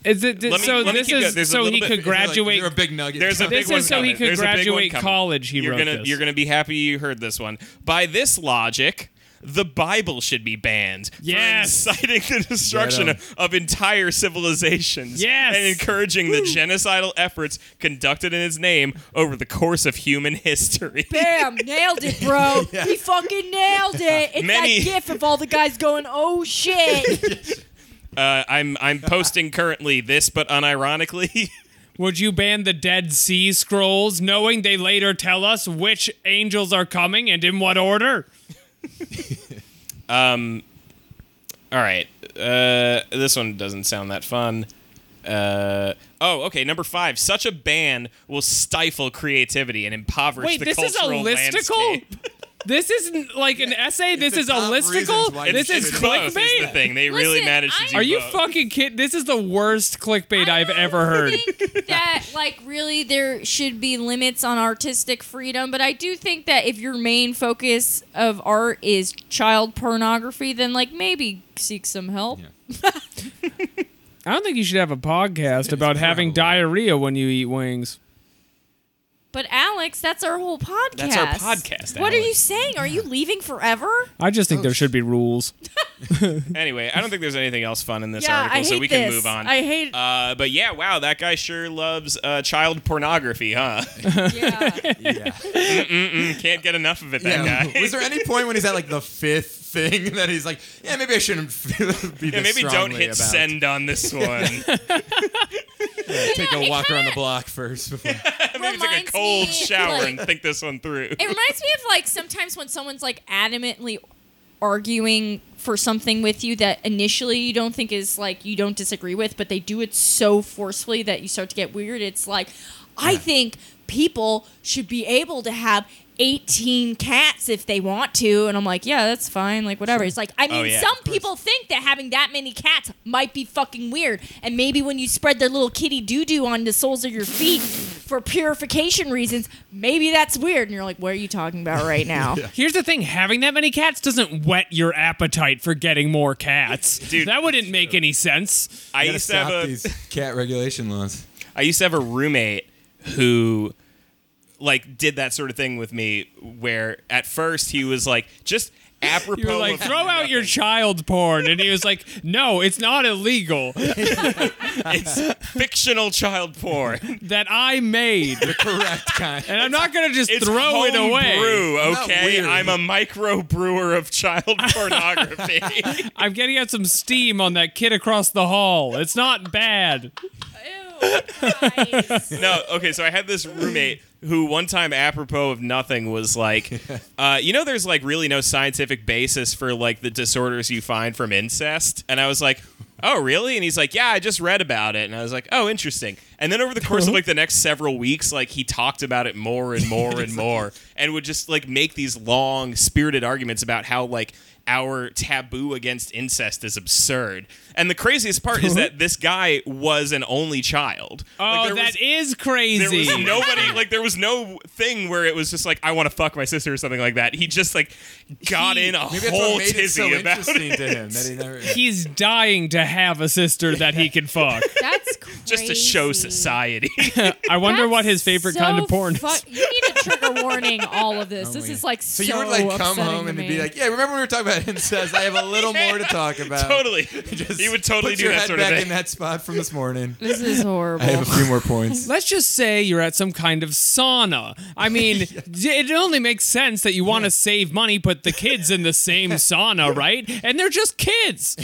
Is it
Let me-
so?
let me
this
keep go-
is
there's a
so
little
he
bit-
could
it's
graduate.
You're a big nugget.
There's a
This
big
is
one
so he
coming.
could
There's a big one
graduate
coming.
college, he
you're
wrote
gonna
this.
you're gonna be happy you heard this one. By this logic, the Bible should be banned
Yes.
for inciting the destruction
Right
of, of entire civilizations
Yes.
and encouraging the genocidal efforts conducted in his name over the course of human history.
Bam! Nailed it, bro.
[laughs]
He fucking nailed it. It's
Many-
that gif of all the guys going,
[laughs]
"Oh shit!"
Uh, [laughs] I'm I'm posting currently this, but unironically. [laughs]
Would you ban the Dead Sea Scrolls, knowing they later tell us which angels are coming and in what order?
All right. Uh, this one doesn't sound that fun. Uh, oh, okay. Number five. Such a ban will stifle creativity and impoverish
Wait,
the
this is a
cultural
listicle.
landscape.
This isn't like an essay. This
the
is a
top reasons
listicle.
why you
This is
It's close, is the
clickbait.
thing. They really
Listen,
managed to
I-
do
Are you
both.
fucking kidding? This is the worst clickbait
I
I've
don't
ever heard.
think that like really there should be limits on artistic freedom, but I do think that if your main focus of art is child pornography, then like maybe seek some help.
I don't think you should have a podcast about having diarrhea when you eat wings.
But Alex, that's our whole podcast.
That's our podcast,
What are
Alex.
you saying? Are you leaving forever?
I just think there should be rules.
Anyway, I don't think there's anything else fun in this
yeah,
article,
I hate
so we
this.
can move on.
I hate.
uh, but yeah, wow, that guy sure loves uh, child pornography, huh? [laughs]
[laughs] yeah.
yeah.
Can't get enough of it, that
yeah.
[laughs]
guy.
Was there any point when he's at like the fifth thing [laughs] that he's like, yeah, maybe I shouldn't [laughs] feel, be
Yeah,
this
maybe don't
strongly
hit
about.
send
[laughs]
on this one.
[laughs] Take a walk around the block first. Before.
maybe take
Reminds
a cold
me,
shower
like-
and think this one through.
[laughs] It reminds me of like sometimes when someone's like adamantly arguing for something with you that initially you don't think is like you don't disagree with, but they do it so forcefully that you start to get weird. It's like, I think people should be able to have 18 cats if they want to. And I'm like, yeah, that's fine. Like, whatever. It's like, I mean,
Oh, yeah,
some
of course.
people think that having that many cats might be fucking weird. And maybe when you spread their little kitty doo doo on the soles of your feet for purification reasons, maybe that's weird. And you're like, what are you talking about right now?
[laughs]
Here's the thing: having that many cats doesn't whet your appetite for getting more cats.
Dude,
that wouldn't make any sense.
I
You gotta
used to have
stop
a
these cat
[laughs]
regulation laws.
I used to have a roommate who like did that sort of thing with me where at first he was like just apropos
You were like,
of
throw
[laughs]
out your child porn. And he was like, no, it's not illegal
fictional child porn.
[laughs] that I made.
the correct kind.
And I'm not going to just
It's
throw it
home
away.
Brew,
not
okay,
weird.
I'm a micro brewer
[laughs]
of child pornography.
I'm getting out some steam on that kid across the hall. It's not bad.
Ew,
[laughs]
guys.
no, okay, so I had this roommate who one time apropos of nothing was
[laughs]
like, uh, you know, there's like really no scientific basis for like the disorders you find from incest. And I was like, oh, really? And he's like, yeah, I just read about it. And I was like, oh, interesting. And then over the course of like the next several weeks, like he talked about it more and
[laughs]
more and more and would just like make these long, spirited arguments about how like our taboo against incest is absurd. And the craziest
[laughs]
part is that this guy was an only child.
Oh,
there was-
that is
there
crazy.
was nobody like there was no thing where it was just like I want to fuck my sister or something like that. He just like got in a
Maybe that's
whole
what made it so
tizzy about
interesting
it.
to him that he never.
He's dying to have a sister that he can
[laughs]
fuck.
That's
[laughs]
crazy.
Just [laughs] to show
[laughs]
society. [laughs]
Uh,
I wonder
That's
what his favorite
so
kind of porn
fu-
is.
You need to trigger warning all of this. This
we?
is like
So
so.
you would like come
upsetting
home
to
and
me.
be like, "Yeah, remember we were talking about incest? I have a little more to talk about." [laughs]
totally. he would totally
Put
do
your
that
head
sort of
back
thing. [laughs]
in that spot from this morning.
"This
[laughs]
is horrible."
I have a few more points.
Let's just say you're at some kind of sauna. I mean,
[laughs]
d- it only makes sense that you want to save money, put the kids in the
[laughs]
same sauna, right? And they're just kids.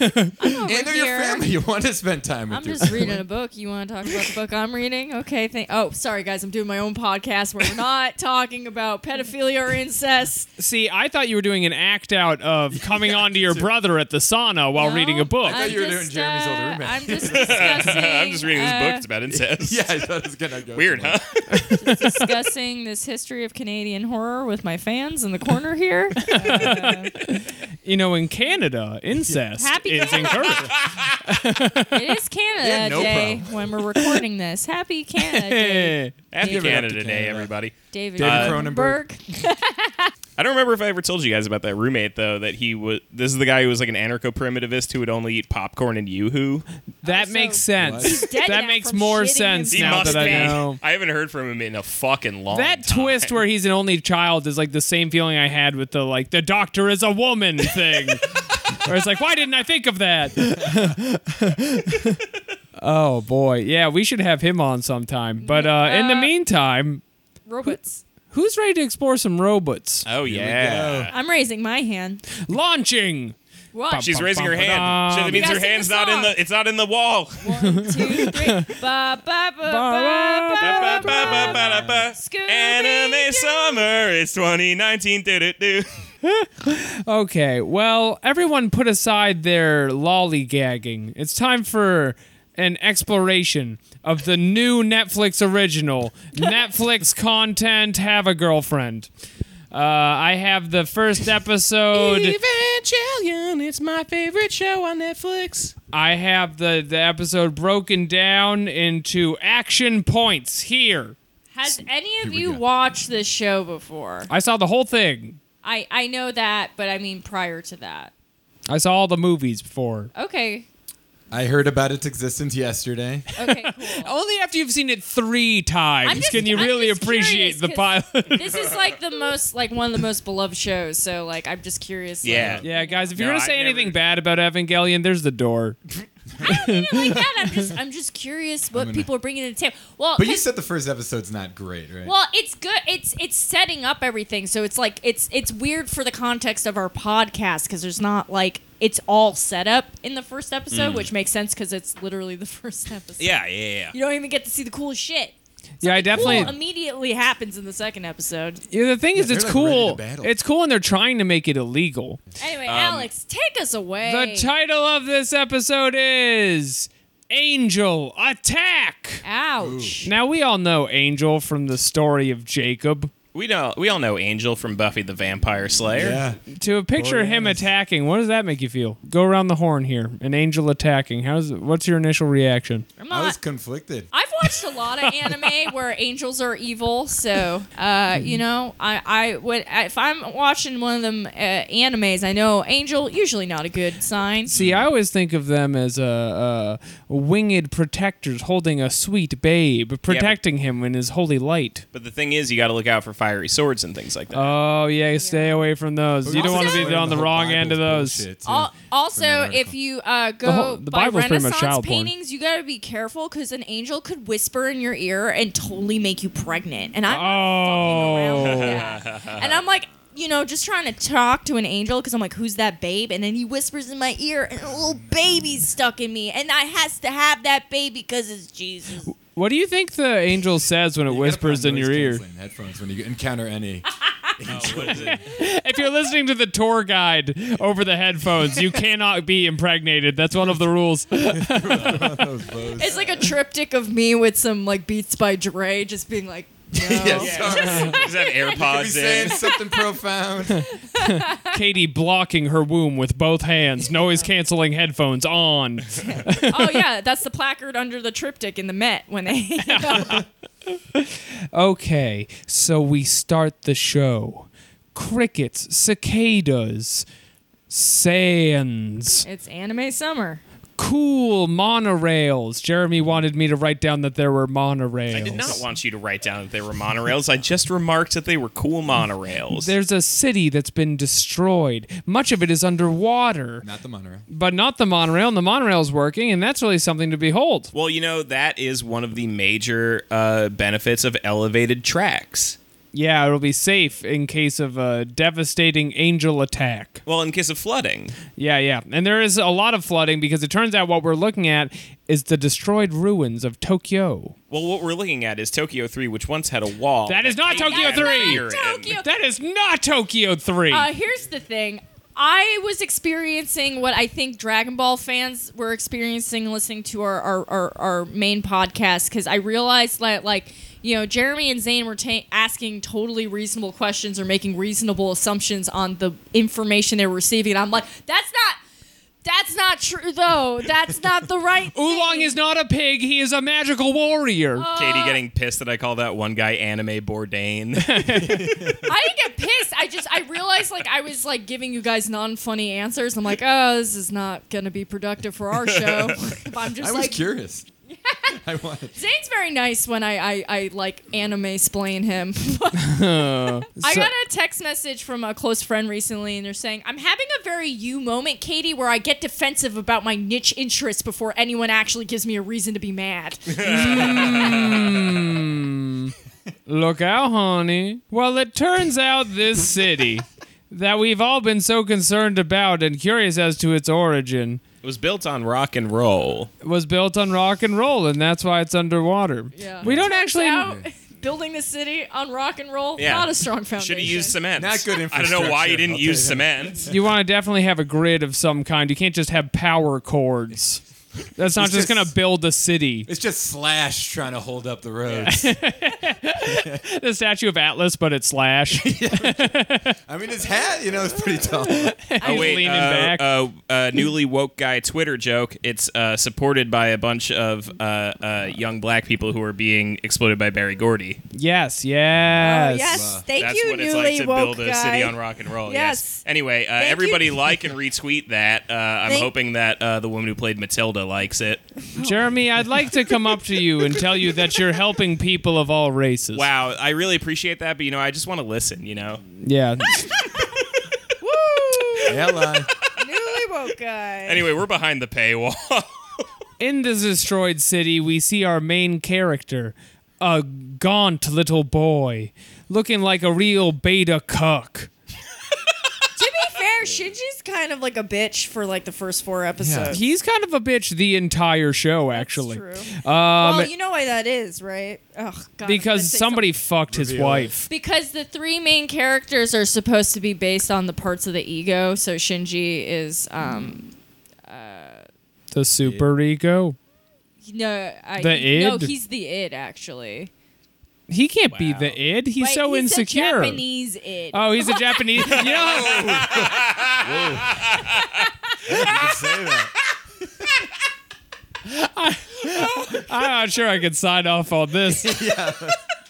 Over
And they're your
here.
family. You want to spend time with
I'm
your
just
family.
reading a book. You want to talk about the book I'm reading? Okay. Thank. Oh, sorry guys. I'm doing my own podcast where we're
[laughs]
not talking about pedophilia or incest.
See, I thought you were doing an act out of
[laughs]
coming on to your brother at the sauna while
No,
reading a book.
I'm
you were doing
just,
Jeremy's old
uh,
roommate.
I'm
[laughs]
just discussing.
I'm just reading this
uh,
book. It's about incest.
[laughs] Yeah, I thought it was gonna go.
Weird,
somewhere.
huh?
uh, discussing this history of Canadian horror with my fans in the corner
[laughs]
here.
You know, in Canada, incest
Happy
is
[laughs]
encouraged.
It is Canada
Yeah, no
Day
problem.
when we're recording this. Happy [laughs] Canada Day,
Hey.
Happy
Give it up
Canada
to
Day,
Canada.
everybody.
David,
David
Cronenberg.
I don't remember if I ever told you guys about that roommate though. That he was. This is the guy who was like an anarcho-primitivist who would only eat popcorn and yoo-hoo.
That
Also-
makes sense.
dead
That
now
makes
from
more
shitting
sense
He
himself.
now
must
that I
be.
know.
I haven't heard from him in a fucking long.
That
time.
twist where he's an only child is like the same feeling I had with the like the doctor is a woman
[laughs]
thing. Where it's like, why didn't I think of that? oh boy. Yeah, we should have him on sometime. But uh, in the
Uh,
meantime,
Robots.
who's ready to explore some robots?
Oh yeah.
I'm raising my hand.
Launching.
What?
She's raising her hand. So that means her
You gotta sing
hand's
the
not in
song.
the. It's not in the [laughs] wall.
One, two, [laughs] three. Ba, ba, ba, ba, ba, ba, ba. Scooby-Doo.
Anime summer, it's 2019. Do-do-do.
Okay, well, everyone put aside their lollygagging. It's time for an exploration of the new Netflix
[laughs]
original Netflix content Have a Girlfriend. Uh, I have the first episode.
Evangelion, it's my favorite show on Netflix.
I have the, the episode broken down into action points here.
Has any of you watched this show before?
I saw the whole thing.
I, I know that, but I mean prior to that.
I saw all the movies before.
Okay.
I heard about its existence yesterday.
Okay, cool. [laughs]
Only after you've seen it three times
just-
can you
I'm
really
just
appreciate
curious
the
'cause-
pilot. [laughs]
this is like the most like one of the most beloved shows so like i'm just curious like-
Yeah.
Yeah, guys, if
No,
you're gonna
I've
say anything
never-
bad about Evangelion, there's the
[laughs]
door.
i don't mean it like that i'm just i'm just
[laughs]
curious what people are bringing to the table well
But you
'cause-
said the first episode's not great, right?
well it's good it's it's setting up everything so it's like it's it's weird for the context of our podcast because there's not like it's all set up in the first episode which makes sense because it's literally the [laughs] first episode
Yeah, yeah,
you don't even get to see the cool shit
yeah, I
cool
definitely.
immediately happens in the second episode
yeah, the thing is,
they're
it's
like ready to
cool.
battle.
It's cool, and they're trying to make it illegal.
anyway alex take us away
The title of this episode is "Angel Attack."
ouch
Now we all know Angel from the story of Jacob.
We know. We all know Angel from Buffy the Vampire Slayer.
yeah.
To picture him attacking, what does that make you feel? Go around the horn here. An angel attacking. How's what's your initial reaction?
i'm
I
not
was conflicted.
I've watched a lot
[laughs]
of anime where angels are evil, so uh,
Mm-hmm.
you know, I I would if I'm watching one of them uh, animes, I know angel usually not a good sign.
See, I always think of them as uh, uh, winged protectors holding a sweet babe, protecting him in his holy light.
But the thing is, you got to look out for fiery swords and things like that. [laughs]
Oh yeah, stay away from those. You don't want to be
Also-
on the wrong end of those.
Al- also, if you uh, go
whole- the
by
Bible's pretty much
Renaissance
child porn.
paintings, you gotta be careful because an angel could whisper in your ear and totally make you pregnant. And I'm
Oh,
not fucking around with that. and I'm like, you know, just trying to talk to an angel because I'm like, who's that babe? And then he whispers in my ear, and a little baby's stuck in me, and I has to have that baby because it's Jesus.
What do you think the angel says when it whispers in your ear?
Headphones when you encounter [laughs] any.
If you're listening to the tour guide over the headphones, you cannot be impregnated. That's one of the rules.
It's like a triptych of me with some like Beats by Dre, just being [laughs] like, no.
Does [laughs] that
Be
AirPods
saying
in?
something [laughs] profound.
Katie blocking her womb with both hands, noise canceling headphones on.
oh yeah, that's the placard under the triptych in the Met when they. [laughs]
Okay, so we start the show. Crickets, cicadas, sands.
It's anime summer.
cool monorails. Jeremy wanted me to write down that there were monorails.
I did not want you to write down that they were monorails. I just remarked that they were cool monorails.
There's a city that's been destroyed. Much of it is underwater,
Not the monorail.
but not the monorail. And the monorail's working, and that's really something to behold.
well, you know that is one of the major uh, benefits of elevated tracks.
Yeah, it'll be safe in case of a devastating angel attack.
Well, in case of flooding,
Yeah, yeah. And there is a lot of flooding because it turns out what we're looking at is the destroyed ruins of Tokyo.
well, what we're looking at is Tokyo 3, which once had a wall.
That is not
came
Tokyo
down
three.
here and-
Tokyo-
That is not Tokyo 3.
Uh, here's the thing. I was experiencing what I think Dragon Ball fans were experiencing listening to our our, our, our main podcast because I realized that like you know Jeremy and Zane were ta- asking totally reasonable questions or making reasonable assumptions on the information they were receiving. And I'm like, that's not that's not true though. That's not the
[laughs]
right.
Oolong
thing.
is not a pig, he is a magical warrior.
Ah.
Katie getting pissed that I call that one guy anime Bourdain. [laughs]
I didn't get pissed. I just I realized like I was like giving you guys non-funny answers. I'm like, oh, this is not gonna be productive for
[laughs]
our show. [laughs] If I'm just
I was
like
[laughs] curious. I wanted.
Zane's very nice when I I, I like anime
[laughs]
splain him. [laughs] I got a text message from a close friend recently, and they're saying I'm having a very you moment, Katie, where I get defensive about my niche interests before anyone actually gives me a reason to
[laughs]
be mad.
Look out, honey. Well, it turns out this city that we've all been so concerned about and curious as to its origin
it was built on rock and roll.
was built on rock and roll, and that's why it's underwater.
Yeah.
We don't actually.
Out, [laughs] building the city on rock and roll,
Yeah.
not a strong foundation.
Should have used cement.
Not good
I don't know why you
infrastructure,
didn't
I'll
use
[laughs]
tell
cement.
You want to definitely have a grid of some kind. You can't just have power cords. That's not
It's
just going to
just-
build a city.
It's just Slash trying to hold up the roads.
The statue of Atlas, but it's
[laughs]
Slash.
[laughs] I mean, his hat, you know, is pretty [laughs] tall.
Oh wait,
leaning
uh,
back.
Uh, uh, newly woke guy Twitter joke. It's uh, supported by a bunch of uh, uh, young black people who are being exploited by Barry Gordy.
yes, yes.
Oh, yes. Thank
That's
you,
what it's
newly
like to
woke
build a
guy.
city on rock and roll. Yes.
Yes.
Anyway, uh,
you.
everybody
[laughs]
like and retweet that. Uh, I'm
Thank-
hoping that uh, the woman who played Matilda likes it.
Jeremy, I'd like to come up to you and tell you that you're helping people of all races.
Wow, I really appreciate that, but you know, I just want to listen. You know,
Yeah.
Ally.
Newly woke guy.
[laughs] anyway, we're behind the paywall. [laughs]
In this destroyed city, we see our main character, a gaunt little boy, looking like a real beta cuck.
to be fair, Shinji's kind of like a bitch for like the first four episodes.
He's kind of a bitch the entire show, actually.
True.
Um,
well, you know why that is, right? Oh God.
Because somebody fucked his
Reveal it.
wife.
Because the three main characters are supposed to be based on the parts of the ego, so Shinji is um
The super ego.
no I,
Mm. The
he- no
id?
he's the id actually.
He can't be the id. He's
Wait,
so
he's a
insecure.
Japanese id.
Oh, he's a
[laughs]
Japanese. you know how-
You could say that.
I, not sure I could sign off on this.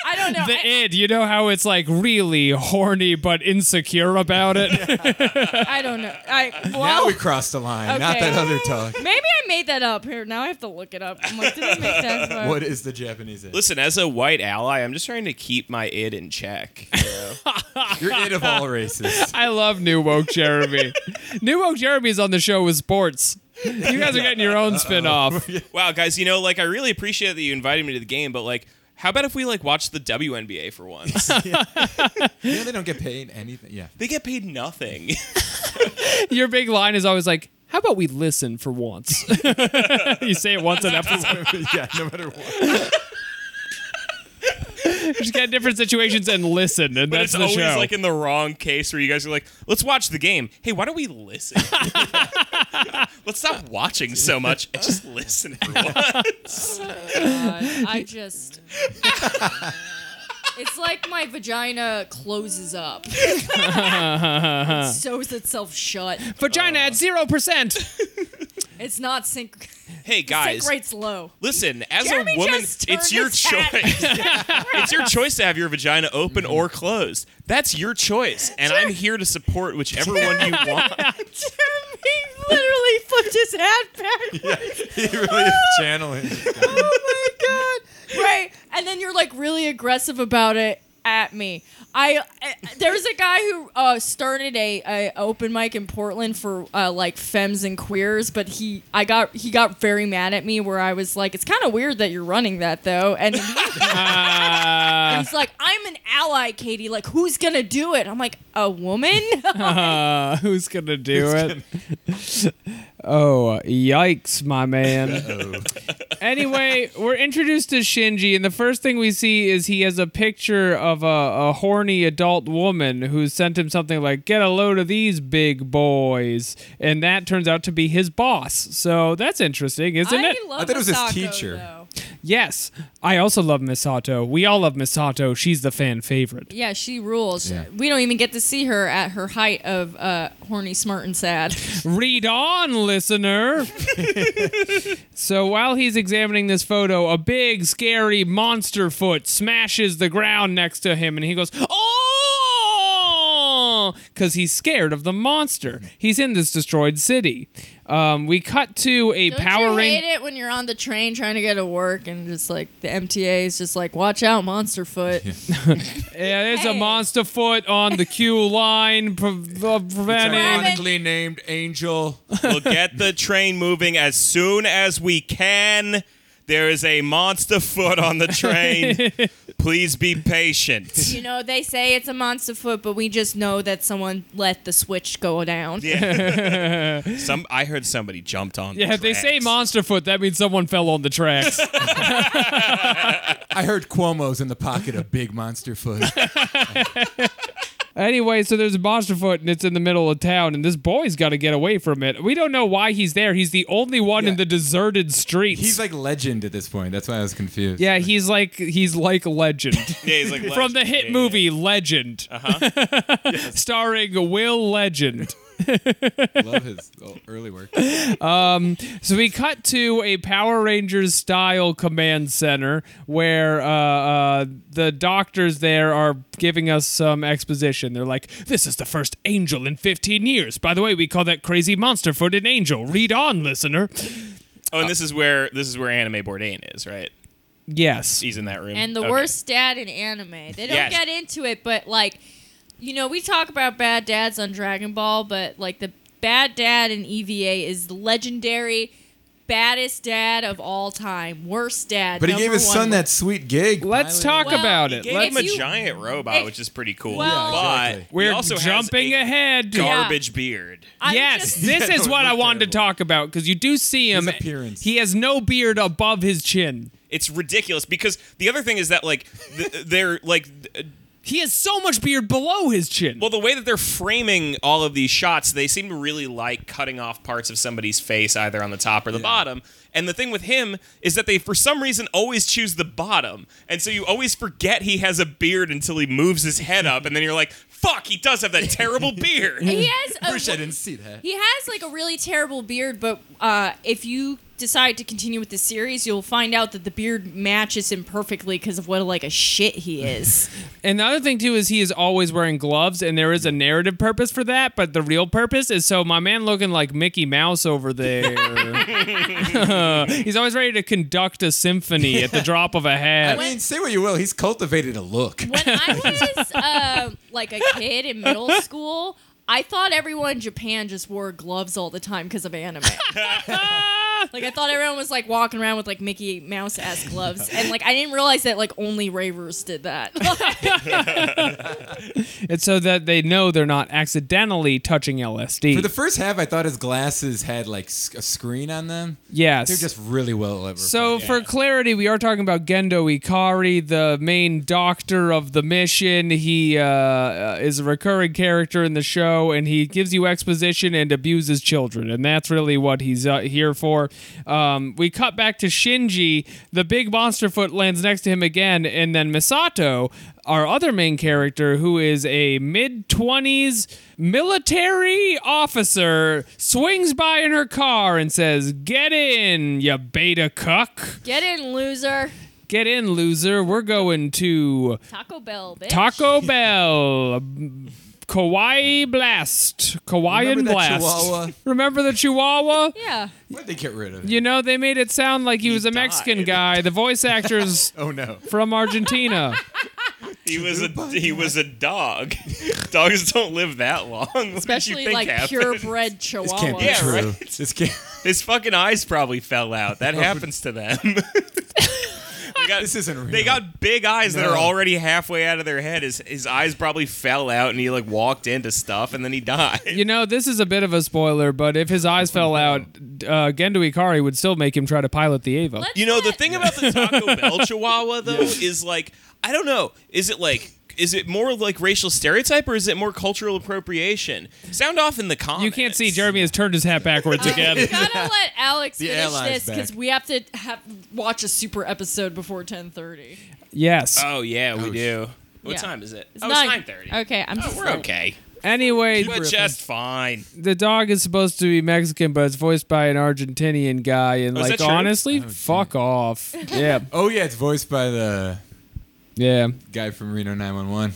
I don't know.
the
[laughs] I-
id, you know how it's like really horny but insecure about it?
[laughs] I don't know. I
Now
[laughs]
well,
we crossed the line. Not
Okay.
that other talk.
maybe I made that up. Here now I have to look it up. I'm like, did it make sense? But-
What is the Japanese? Id?
Listen, as a white ally, I'm just trying to keep my id in check. you know?
You're id of all [laughs] races.
I love New Woke Jeremy. New Woke Jeremy's on the show with sports. You guys are getting your own spin
[laughs]
off.
[laughs] wow, guys, you know, like I really appreciate that you invited me to the game, but like, how about if we like watch the WNBA for once?
You know they don't get paid anything. Yeah.
[laughs] they get paid nothing.
Your big line is always like, how about we listen for once? [laughs] you say it once an episode.
[laughs] yeah, no matter what.
Just get different situations and listen, and
[laughs] But
that's
it's
the
always
show.
like in the wrong case where you guys are like, let's watch the game. Hey, why don't we listen? [laughs] let's stop watching so much and just listen for once.
God, Uh, I just. [laughs] it's like my vagina
[laughs]
closes up. it sews itself shut.
Vagina
uh,
at zero percent.
It's not sync.
[laughs] Hey guys,
Sync rate's low.
listen, as
Jeremy
a woman,
just turned
it's your
his
choice.
hat.
[laughs]
it's your choice to have your vagina open or closed. That's your choice, and I'm here to support whichever one you want.
Jeremy literally flipped his hat
[laughs]
back.
[laughs] He really is [laughs] channeling.
Oh
right and then you're like really aggressive about it at me i, I there was a guy who uh, started a, a open mic in portland for uh, like femmes and queers but he i got he got very mad at me where i was like it's kind of weird that you're running that though and he- and he's like i'm an ally katie like who's gonna do it i'm like a woman
Uh, who's gonna do it? [laughs] oh, yikes, my man. anyway, we're introduced to Shinji, and the first thing we see is he has a picture of a, a horny adult woman who sent him something like, Get a load of these big boys. And that turns out to be his boss. So that's interesting, isn't
[laughs] I
it?
love
I thought it was his
Masako,
teacher.
though.
yes. I also love Misato. We all love Misato. She's the fan favorite.
Yeah, she rules.
Yeah.
We don't even get to see her at her height of uh, horny, smart, and sad.
Read on, listener. so while he's examining this photo, a big, scary monster foot smashes the ground next to him, and he goes, Oh! Because he's scared of the monster. He's in this destroyed city. Um, we cut to a
Don't
Power
you
Ranger.
hate it when you're on the train trying to get to work and just like the MTA is just like, watch out, monster foot.
Yeah, there's a
Hey.
monster foot on the queue line, pre- uh, preventing.
Ironically named Angel.
We'll get the train moving as soon as we can. There is a monster foot on
[laughs]
the train. Please be patient.
You know, they say it's a monster foot, but we just know that someone let the switch go down.
Yeah. Some I heard somebody jumped on. the
Yeah, if they say
tracks.
monster foot, that means someone fell on the tracks.
I heard Cuomo's in the pocket of Big Monster [laughs] Foot.
Anyway, so there's a monster foot and it's in the middle of town, and this boy's got to get away from it. We don't know why he's there. He's the only one in
Yeah.
the deserted streets.
He's like legend at this point. That's why I was confused.
yeah, he's like he's like legend
[laughs]
Yeah, he's like
from the hit
legendary.
movie Legend, uh-huh. [laughs] starring Will Legend.
Love his oh, early [laughs] work.
So we cut to a Power Rangers style command center where uh, uh, the doctors there are giving us some exposition. They're like, "This is the first angel in 15 years." By the way, we call that crazy monster foot an angel. Read on, listener.
Oh, and this is where this is where Anime Bourdain is, right?
Yes.
He's in that room.
And the
Okay.
worst dad in anime. They don't
Yes.
get into it, but like, you know, we talk about bad dads on Dragon Ball, but like the bad dad in EVA is the legendary. Baddest dad of all time, worst dad.
But he
number
gave his
one.
son that sweet gig.
Let's talk
Well,
about
he
it.
Gave
Let-
if
him a
you-
giant robot,
if-
which is pretty cool.
Well-
but
Yeah, exactly.
he
We're
also has
jumping
a
ahead.
[laughs] Garbage beard.
I
Yes,
just-
this
Yeah,
is
it
what I
looked
wanted to
terrible.
talk about because you do see him.
appearance.
He has no beard above his chin.
It's ridiculous because the other thing is that like th- [laughs] they're like th-
He has so much beard below his chin.
well the way that they're framing all of these shots, they seem to really like cutting off parts of somebody's face either on the top or the bottom. And the thing with him is that they for some reason always choose the bottom. And so you always forget he has a beard until he moves his head up and then you're like, "Fuck, he does have
[laughs]
that terrible beard."
[laughs]
He has. A,
I wish I didn't see that.
He has like a really terrible beard, but uh, if you decide to continue with the series, you'll find out that the beard matches him perfectly because of what like a shit he
[laughs]
is.
And the other thing too is he is always wearing gloves, and there is a narrative purpose for that, but the real purpose is so my man looking like Mickey Mouse over there. [laughs] He's always ready to conduct a symphony at the drop of a
[laughs] I
hat.
mean, say what you will, he's cultivated a look.
when I was uh, like a kid in middle school, I thought everyone in Japan just wore gloves all the time because of anime. like I thought everyone was like walking around with like Mickey Mouse ass gloves, and like I didn't realize that like only ravers did that. [laughs]
It's so that they know they're not accidentally touching LSD.
For the first half, I thought his glasses had like s- a screen on them.
yes.
They're just really well elaborated.
So for clarity, we are talking about Gendo Ikari, the main doctor of the mission. He uh, uh, is a recurring character in the show, and he gives you exposition and abuses children, and that's really what he's uh, here for. Um, we cut back to Shinji. The big monster foot lands next to him again, and then Misato, our other main character, who is a mid twenties military officer, swings by in her car and says, "Get in, you beta cuck."
Get in, loser.
Get in, loser. We're going to
Taco Bell, bitch.
[laughs]
Taco Bell. Kawaii Blast. Kauaiian
Remember that
Blast.
Chihuahua?
[laughs] Remember the Chihuahua?
Yeah.
Why'd they get rid of it?
You know, they made it sound like he was a Mexican guy. The voice
[laughs]
actor's
Oh no.
from Argentina.
He was a he was a dog. [laughs] Dogs don't live that long. What did you
Especially
think
like
happened?
purebred
This can't
chihuahuas.
be
Yeah,
true.
right.
[laughs] This can't.
[laughs] His fucking eyes probably fell out. [laughs] That happens to them. [laughs] They got-
This isn't real.
They got big eyes that
No.
are already halfway out of their head. His his eyes probably fell out, and he like walked into stuff, and then he died.
You know, this is a bit of a spoiler, but if his eyes fell out, uh, Gendo Ikari would still make him try to pilot the Ava.
[laughs]
Let's
You know, the
not-
thing about [laughs] the Taco Bell Chihuahua though is like I don't know. Is it like is it more like racial stereotype or is it more cultural appropriation? Sound off in the comments.
You can't see Jeremy has turned his hat backwards
[laughs]
We
again.
gotta let Alex
The
finish
airline's
this because
back.
we have to have, watch a super episode before ten thirty.
yes.
Oh yeah, we do. What
Yeah.
time is it?
It's
oh,
nine-
it's nine thirty.
Okay, I'm just
Oh, We're
like-
okay.
Anyway,
We're just fine.
the dog is supposed to be Mexican, but it's voiced by an Argentinian guy, and
Oh, is
like
that true?
honestly, fuck off. Yeah,
Oh yeah, it's voiced by the
yeah.
guy from Reno 911.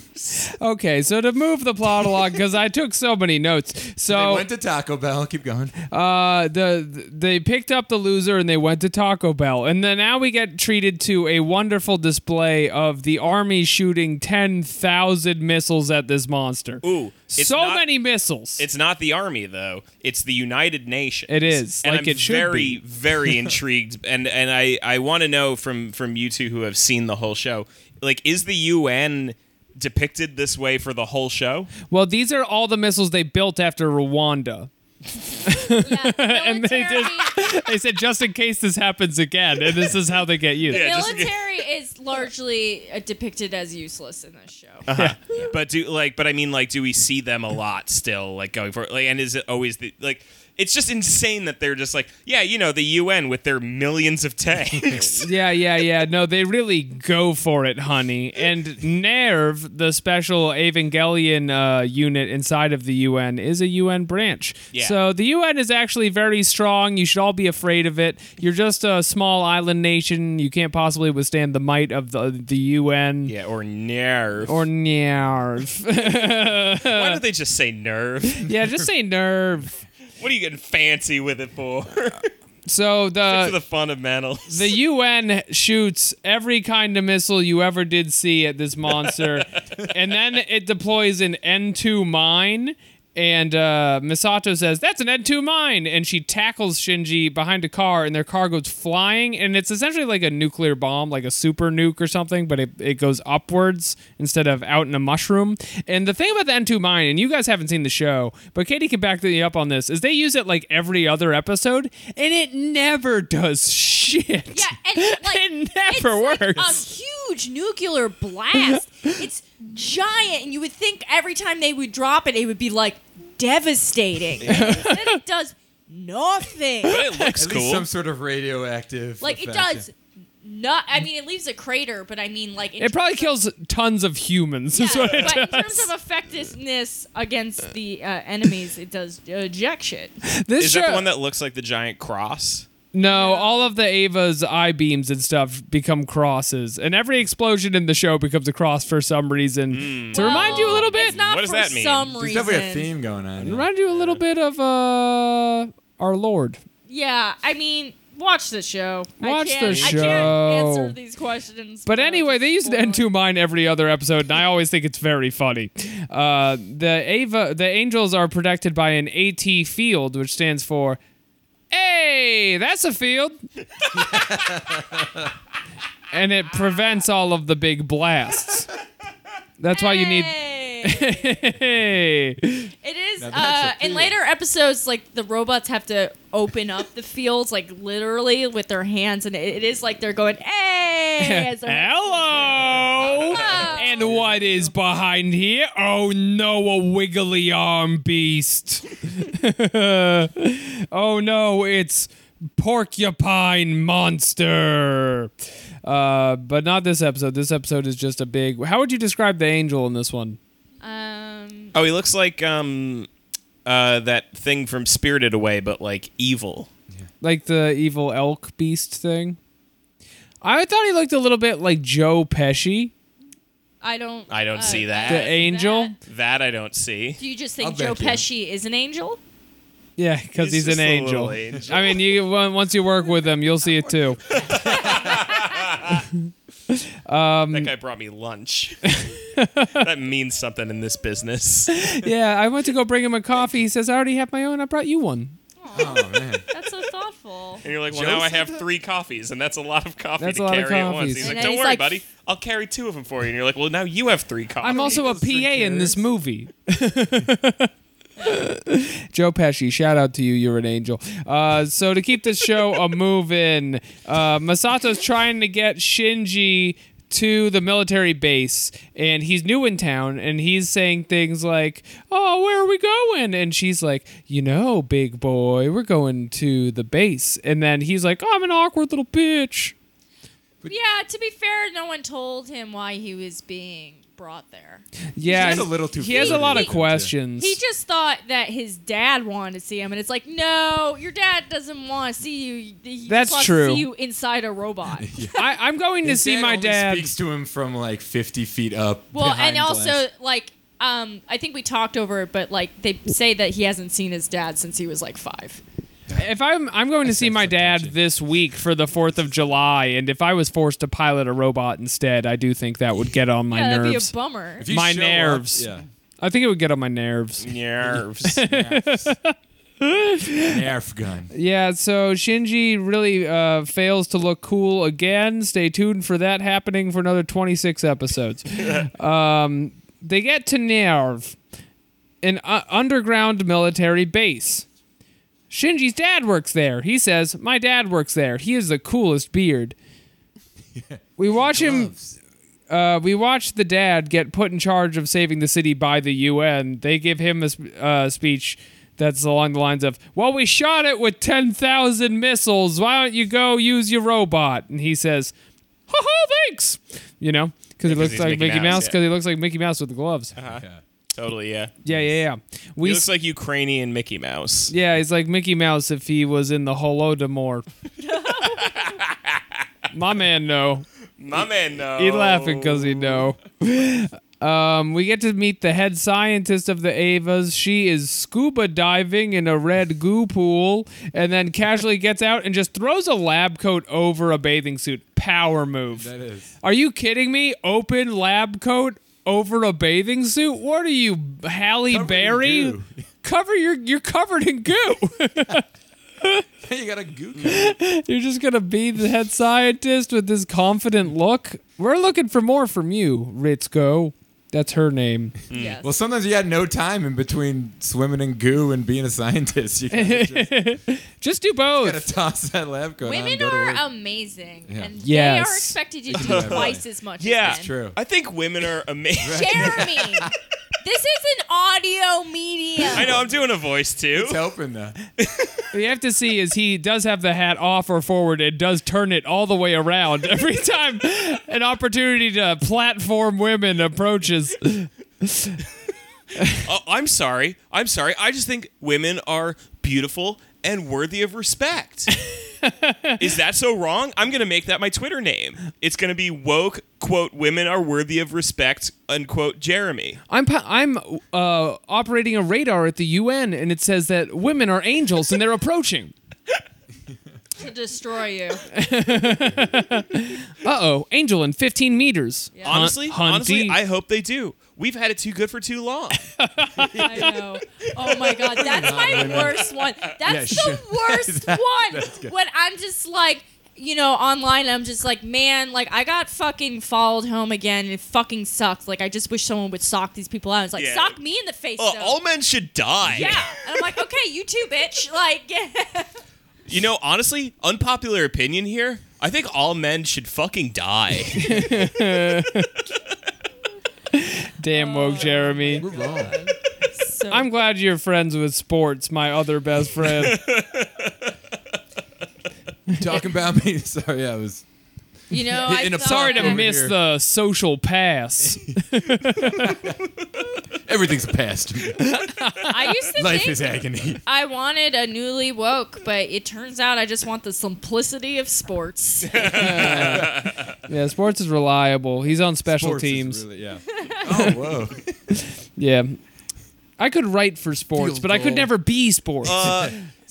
Okay, so to move the plot along, because I took so many notes.
They
So
went to Taco Bell. Keep going.
uh, the they picked up the loser and they went to Taco Bell, and then now we get treated to a wonderful display of the army shooting ten thousand missiles at this monster.
Ooh, it's
so
not-
many missiles.
It's not the army though. It's the United Nations.
It is,
and
like
I'm
it should
very,
be. [laughs]
very intrigued, and and I I want to know from from you two who have seen the whole show, like is the UN depicted this way for the whole show?
well, these are all the missiles they built after Rwanda.
and
they
[laughs]
They said just in case this happens again, and this is how they get used.
Yeah, just-
military is largely uh, depicted as useless in this show.
Uh-huh. But do like, but I mean, like, do we see them a lot still, like going forward? Like, and is it always the like? It's just insane that they're just like, yeah, you know, the UN with their millions of [laughs] tanks.
Yeah, yeah, yeah. No, they really go for it, honey. And Nerve, the special Evangelion uh, unit inside of the UN, is a UN branch.
Yeah.
So the UN is actually very strong. You should all be afraid of it. You're just a small island nation. You can't possibly withstand the might of the the UN.
yeah, or nerve.
Or nerve. [laughs]
Why don't they just say nerve? [laughs]
yeah, just say nerve.
What are you getting fancy with it for? [laughs]
So
to the [laughs] fundamentals.
The UN shoots every kind of missile you ever did see at this monster, and then it deploys an N2 mine. And uh, Misato says, That's an N2 mine! And she tackles Shinji behind a car, and their car goes flying. And it's essentially like a nuclear bomb, like a super nuke or something, but it, it goes upwards instead of out in a mushroom. And the thing about the N2 mine, and you guys haven't seen the show, but Katie can back me up on this, is they use it like every other episode, and it never does shit.
Yeah, and
[laughs]
like
It never
it's like
works.
a huge
[laughs]
nuclear blast. it's giant, and you would think every time they would drop it, it would be like
[laughs]
devastating. Instead, it does nothing.
But it looks
At
cool.
least some sort of radioactive.
Like it
effect.
does not. I mean, it leaves a crater, but I mean, like in
It probably
terms of-
kills tons of humans. is what it
but in
does.
terms of effectiveness against the uh, enemies, it does uh, jack shit.
this [laughs]
Is
show,
that the one that looks like the giant cross?
No, all of the Ava's I beams and stuff become crosses, and every explosion in the show becomes a cross for some reason. To remind you a little bit,
Oh, It's not
What does
for
that mean?
some
There's
reason.
definitely a theme going on. here.
remind you a little bit of uh, our Lord.
Yeah, I mean, watch the show.
Watch
I can't,
the
I can't answer
show.
these questions.
But anyway, they used to end
to.
to mine every other episode, and I always think it's very funny. Uh, the Ava, the angels are protected by an AT field, which stands for, "Hey, that's a field," and it prevents all of the big blasts. That's why you need. [laughs] Hey,
It is.
[laughs] Now that's
Uh,
a
in
field.
later episodes, like the robots have to open up the fields, like literally with their hands, and it, it is like they're
[laughs]
going, "Hey!" Oh, as they're- [laughs]
hello.
Hello.
And what is behind here? Oh no, a wiggly arm beast. [laughs] oh no, it's porcupine monster. Uh, but not this episode. This episode is just a big. How would you describe the angel in this one?
um,
Oh, he looks like um, uh, that thing from Spirited Away, but like evil.
Like the evil elk beast thing? I thought he looked a little bit like Joe Pesci,
I don't.
I don't
uh,
see
the
that.
angel.
that.
That I don't see.
Do you just
I'll
think Joe
back you.
Pesci is an angel?
Yeah, because he's,
He's just
an
a
angel.
little angel.
I mean, you on- once you work with him, you'll see it too. Mm.
that guy brought
[laughs]
me lunch. that means something in this business.
Yeah, I went to go bring him a coffee. He says, "I already have my own. I brought you one."
Oh man.
That's so
[laughs]
thoughtful.
And you're like, well,
Joe
now I
said
have three coffees, and that's a lot of coffee
That's
to
a lot
carry
of
at once.
coffees.
He's
And
like,
then
don't
he's
worry,
like-
buddy. I'll carry two of them for you. And you're like, well, now you have three coffees.
I'm also
[laughs]
a PA in this movie. [laughs] Joe Pesci, shout out to you. You're an angel. Uh, so to keep this show a moving, uh, Masato's trying to get Shinji to the military base, and he's new in town, and he's saying things like, "Oh, where are we going?" And she's like, "You know, big boy, we're going to the base." And then he's like, "Oh, "I'm an awkward little bitch."
Yeah. To be fair, no one told him why he was being brought there.
Yeah,
He's just a little too
He has a
forward
lot
with
of
it, too.
questions.
He just thought that his dad wanted to see him, and it's like, no, your dad doesn't want to see you. He just
That's
wants
true.
To see you inside a
[laughs]
robot.
I, I'm going to
His
see my
only
dad.
Speaks to him from like 50 feet up.
Well,
behind
and also
glass.
like, um, I think we talked over it, but like they say that he hasn't seen his dad since he was like five.
If I'm, I'm going to see my dad this week for the Fourth of July, and if I was forced to pilot a robot instead, I do think that would get on my
[laughs] yeah, that'd
nerves.
be a bummer.
If you
my
show up-
nerves.
[laughs]
I think it would get on my nerves. [laughs]
Nerves.
yeah. Nerf gun.
Yeah, so Shinji really uh, fails to look cool again. Stay tuned for that happening for another 26
[laughs]
episodes. um, they get to Nerve, an uh, underground military base. Shinji's dad works there. He says, My dad works there. He is the coolest
[laughs]
beard. We watch him.
Gloves.
Uh, we watch the dad get put in charge of saving the city by the UN. They give him a sp- uh, speech that's along the lines of, "Well, we shot it with ten thousand missiles. Why don't you go use your robot?" And he says, "Ha ha, thanks." You know, because he looks
he's
like
Mickey
Mickey
Mouse, Uh-huh.
Mouse. Because he looks like Mickey Mouse with the gloves.
totally, yeah.
Yeah, yeah, yeah. We
He
s-
looks like Ukrainian Mickey Mouse.
Yeah, he's like Mickey Mouse if he was in the
[laughs]
Holodomor. My man, no.
My man, no.
He laughing because he know.
Oh.
Um, we get to meet the head scientist of the Avas. She is scuba diving in a red goo pool, and then casually gets out and just throws a lab coat over a bathing suit. Power move.
That is.
Are you kidding me? Open lab coat over a bathing suit? What are you, Halle
Covered in
Berry?
goo. [laughs]
Cover your you're covered in goo. [laughs]
you got a gook.
you're just gonna be the head scientist with this confident look. We're looking for more from you, Ritzko. That's her name.
Yes.
[laughs] Well, sometimes you had no time in between swimming in goo and being a scientist. You gotta, just,
Just do
gotta [laughs]
both.
toss that lab coat on.
Women
and go to
are
work.
amazing, and
Yes.
they are expected
[laughs]
to do
Yeah, really.
twice as much.
Yeah.
as
That's
men.
True.
I think women are amazing.
Jeremy,
[laughs]
this is an audio medium.
[laughs] I know, I'm doing a voice too.
[laughs]
It's helping though.
What you have to see is he does have the hat off or forward and does turn it all the way around [laughs] every time an opportunity to platform women approaches.
Oh, I'm sorry. I'm sorry. I just think women are beautiful and worthy of respect. Is that so wrong? I'm going to make that my Twitter name. It's going to be woke, quote, women are worthy of respect, unquote, Jeremy.
I'm pa- I'm uh, operating a radar at the UN, and it says that women are angels and they're approaching.
to destroy you.
Uh oh, angel in 15 meters. Hun-
Honestly,
hunty.
honestly, I hope they do. We've had it too good for too long.
I know. Oh my
[laughs]
god, that's my worst one. That's the worst one. When I'm just like, you know, online, I'm just like, man, like I got fucking followed home again, and it fucking sucks. Like I just wish someone would sock these people out. It's like
Yeah.
sock me in the face.
Oh,
though.
all men should die.
yeah, and I'm like, okay, you too, bitch. [laughs] Like,
[laughs]
You know, honestly, unpopular opinion here. I think all men should fucking die.
Damn woke Jeremy.
We're wrong. [laughs]
so
I'm glad you're friends with sports, my other best
[laughs]
friend.
Talking about me. [laughs] Sorry, I was.
you know,
In
I
a-
thought
Sorry to
that-
miss
here.
the social
[laughs]
pass.
Everything's past.
[laughs] I used to
Life
think
is agony.
I wanted a newly woke, but it turns out I just want the simplicity of sports.
Yeah, sports is reliable. He's on special
Sports is
teams.
really-
[laughs]
yeah. Oh, whoa.
yeah. I could write for sports,
Field
but I could
goal. Uh,
never be sports.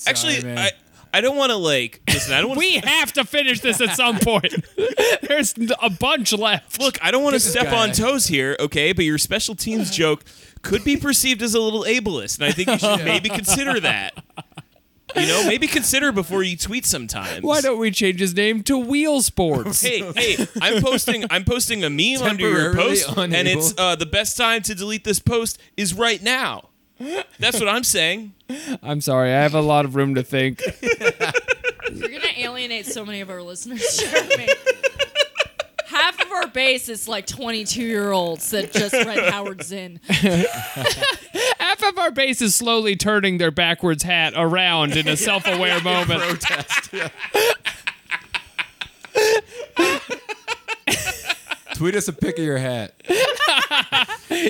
Actually,
man.
I, I don't want to like. Listen, I don't want.
we have to finish this at some point. [laughs] There's a bunch left.
Look, I don't want to step
guy.
on toes here, okay? But your special
[sighs]
teams joke could be perceived as a little ableist, and I think you
[laughs]
should maybe consider that. You know, maybe consider before you tweet sometimes.
Why don't we change his name to Wheel
[laughs]
Sports?
Hey, hey! I'm posting. I'm posting a meme under your
Temporarily
post, and
unable.
it's uh, the best time to delete this post is right now. That's what I'm saying.
I'm sorry, I have a lot of room to think.
You're gonna alienate so many of our listeners, [laughs] Jeremy. Half of our base is like 22 year olds that just read
[laughs]
Howard Zinn.
Half of our base is slowly turning their backwards hat around in a
[laughs]
self-aware moment.
Protest. [laughs] Yeah. Tweet us a pic of your hat.
Yeah,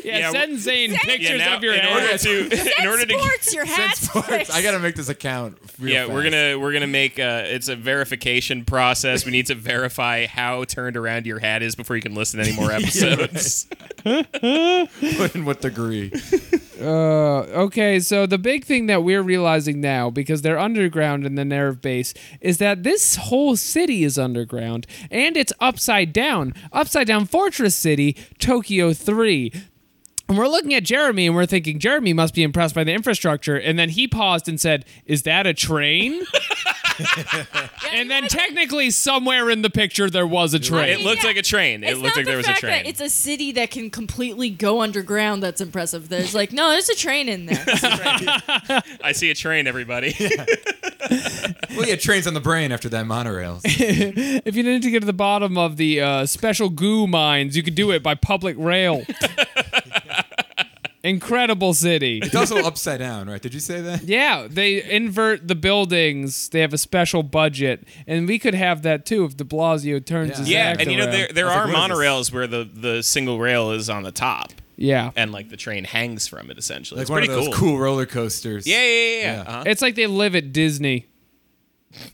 Yeah,
send Zane pictures
now,
of your
in
hat. [laughs]
order to, in order to,
Sports, your hat.
Sports. I gotta make this account. Real
yeah, we're
fast.
gonna we're gonna make uh it's a verification process. We need to verify how turned around your hat is before you can listen to any more
[laughs]
episodes.
put in what degree.
Okay, so the big thing that we're realizing now, because they're underground in the nerve base, is that this whole city is underground and it's upside down. Upside down Fortress City, Tokyo 3. And we're looking at Jeremy and we're thinking, Jeremy must be impressed by the infrastructure. And then he paused and said, Is that a train? and then technically, somewhere in the picture, there was a
It
train.
looked like a train. It
It's
looked
not
like
the
there was a
fact
train.
That it's a city that can completely go underground. That's impressive. There's like, no, there's a train in there.
[laughs] I see a train,
[laughs]
everybody.
Well, yeah, trains on the brain after that monorail.
If you needed to get to the bottom of the uh, special goo mines, you could do it by public
[laughs]
rail. Incredible city.
It's also upside down, right? Did you say that?
Yeah, they invert the buildings. They have a special budget, and we could have that too if De Blasio turns
Yeah.
his
yeah,
act
and you know
around.
there there
I
are
was like, what
monorails where the the single rail is on the top
yeah.
and like the train hangs from it essentially.
Like
it's
one of
pretty
those
cool.
cool roller coasters.
Yeah, yeah, yeah. yeah.
Yeah.
Uh-huh.
It's like they live at Disney.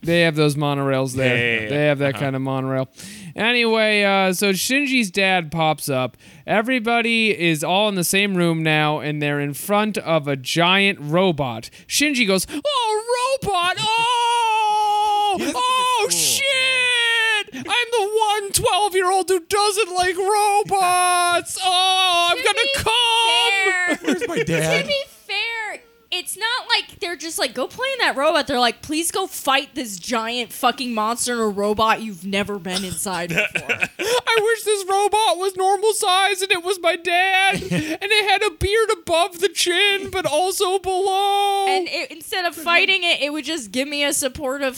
They have those monorails there.
Yeah, yeah, yeah.
They have that
Uh-huh.
kind of monorail. Anyway, uh, so Shinji's dad pops up. Everybody is all in the same room now, and they're in front of a giant robot. Shinji goes, "Oh,
[laughs]
robot! Oh,
doesn't think
oh,
it's cool.
shit! I'm the one 12 year old who doesn't like
[laughs]
robots. Oh, I'm gonna
be
come."
Fair.
Where's my
to
dad?
be fair, it's not like they're just like, go play in that robot. They're like, please go fight this giant fucking monster in a robot you've never
[laughs]
been inside before.
I wish this robot was normal size and it was my
[laughs]
dad and it had a beard above the chin but also below.
and it, instead of fighting it, it would just give me a supportive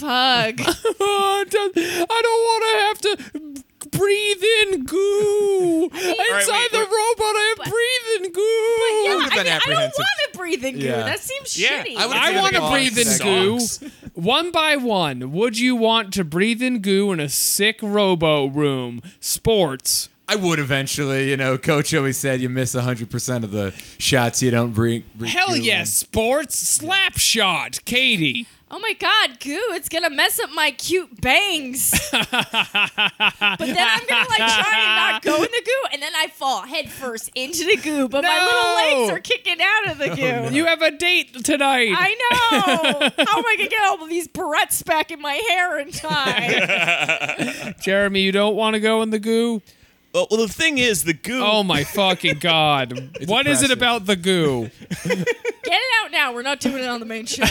[laughs]
hug.
I don't want to have to breathe in
[laughs]
goo. Inside
wait,
the
wait.
robot, I have
But-
breathing goo.
yeah,
would've
I,
been
mean, I don't
apprehensive.
want to breathe in goo.
Yeah.
That seems
Yeah,
shitty.
I would've
I
It's
want to
gonna
breathe
be
in
long
goo.
sex.
One by one, would you want to breathe in goo in a sick robo room? Sports.
I would eventually, you know. Coach always said you miss 100% of the shots you don't bring. bring
Hell
you.
yes, sports slap shot, Katie.
Oh my God, goo! It's gonna mess up my cute bangs. but then I'm gonna like try and not go in the goo, and then I fall head first into the goo. But my
No.
little legs are kicking out of the goo.
You have a date tonight.
I know. How am I gonna get all of these barrettes back in my hair in time?
Jeremy, you don't want to go in the goo?
Well, well, the thing is, the goo.
Oh
[laughs]
my fucking god. What is it
impressive.
about the goo?
get it out now. We're not doing it on the main show.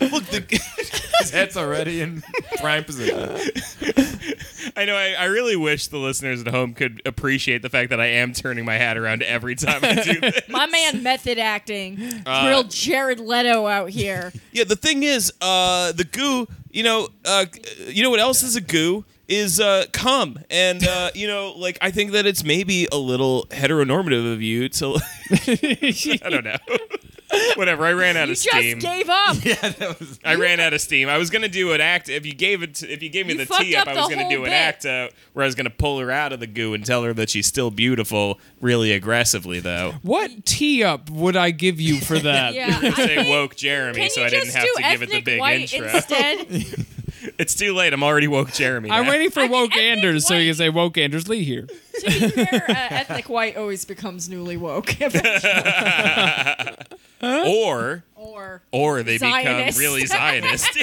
Look, the,
That's already in prime position.
I know. I, I really wish the listeners at home could appreciate the fact that I am turning my hat around every time I do this.
My man, method acting,
[laughs] Uh,
real Jared Leto out here.
Yeah, the thing is, uh, the goo. You know, uh, you know what else is a goo is uh, cum, and
[laughs]
uh, you know, like I think that it's maybe a little heteronormative of you to. [laughs] I don't know. [laughs] Whatever. I ran out
You
of
just
steam. [laughs]
gave up.
I ran out of steam. I was gonna do an act. If you gave it, if you gave me
You
the
fucked
tee up,
up
I was
the
gonna
whole
do an
bit.
act uh, where I was gonna pull her out of the goo and tell her that she's still beautiful, really aggressively though.
What tee up would I give you for that?
[laughs] Yeah. I
Say
think-
woke Jeremy,
Can
so
you
I didn't
just
have
do
to give it the
ethnic
big
white
intro.
instead?
[laughs] It's too late. I'm already woke Jeremy.
I'm
now.
waiting for
I mean,
woke
I think
Anders so you can
white-
say woke Anders Lee here.
to be fair, uh, ethnic white always becomes newly woke. [laughs] eventually.
Or
or
or they become
Zionist.
really
[laughs]
Zionist.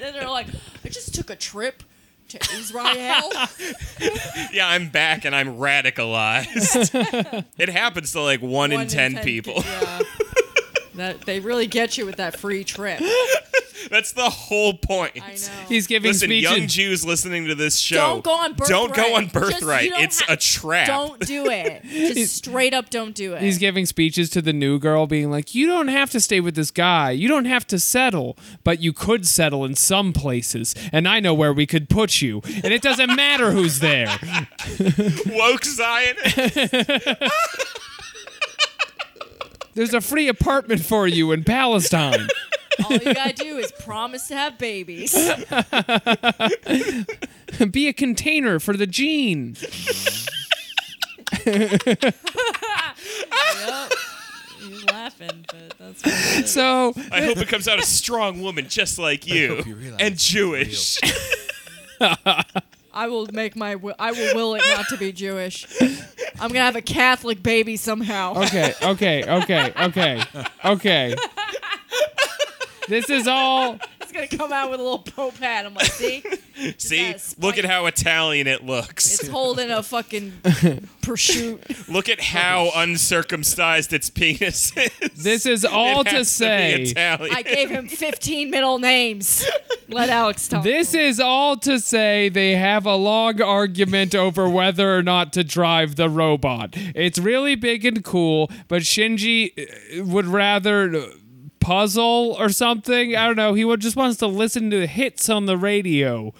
then they're like, I just took a trip
[laughs]
to Israel.
yeah, I'm back and I'm radicalized.
[laughs]
it happens to like one,
One
in ten people.
Yeah. That, they really get you with that
[laughs]
free trip.
[laughs] That's the whole point.
I know.
He's giving
Listen,
speeches.
young Jews listening to this show,
Don't go on birthright.
Don't go on
Just- you
birthright.
don't
it's
ha-
a trap.
Don't do it. Just straight up don't do it.
He's giving speeches to the new girl, being like, You don't have to stay with this guy. You don't have to settle, but you could settle in some places. And I know where we could put you. And it
[laughs]
doesn't matter who's there.
[laughs] Woke Zionist.
There's a free apartment for you in Palestine.
All
[laughs]
you gotta do is promise to have babies.
Be a container for the gene.
yep. He's laughing, but that's what it is.
So
I hope it comes out a strong woman just like you,
you realize
and
it's
Jewish. [laughs]
I will make my will. I will will it not to be Jewish. I'm gonna have a Catholic baby somehow. [laughs]
Okay, okay, okay, okay, okay. This is all
It's gonna come out with a little Pope hat. I'm like, see,
See,
that spike?
look at how Italian it looks. [laughs]
it's holding a fucking pursuit.
Look at how uncircumcised its penis [laughs] is.
this is all
It has
to say.
be Italian.
I gave him 15 middle names. Let Alex talk.
This is all to say they have a long argument over whether or not to drive the robot. It's really big and cool, but Shinji uh, would rather uh, puzzle or something. I don't know. He would just wants to listen to hits on the radio.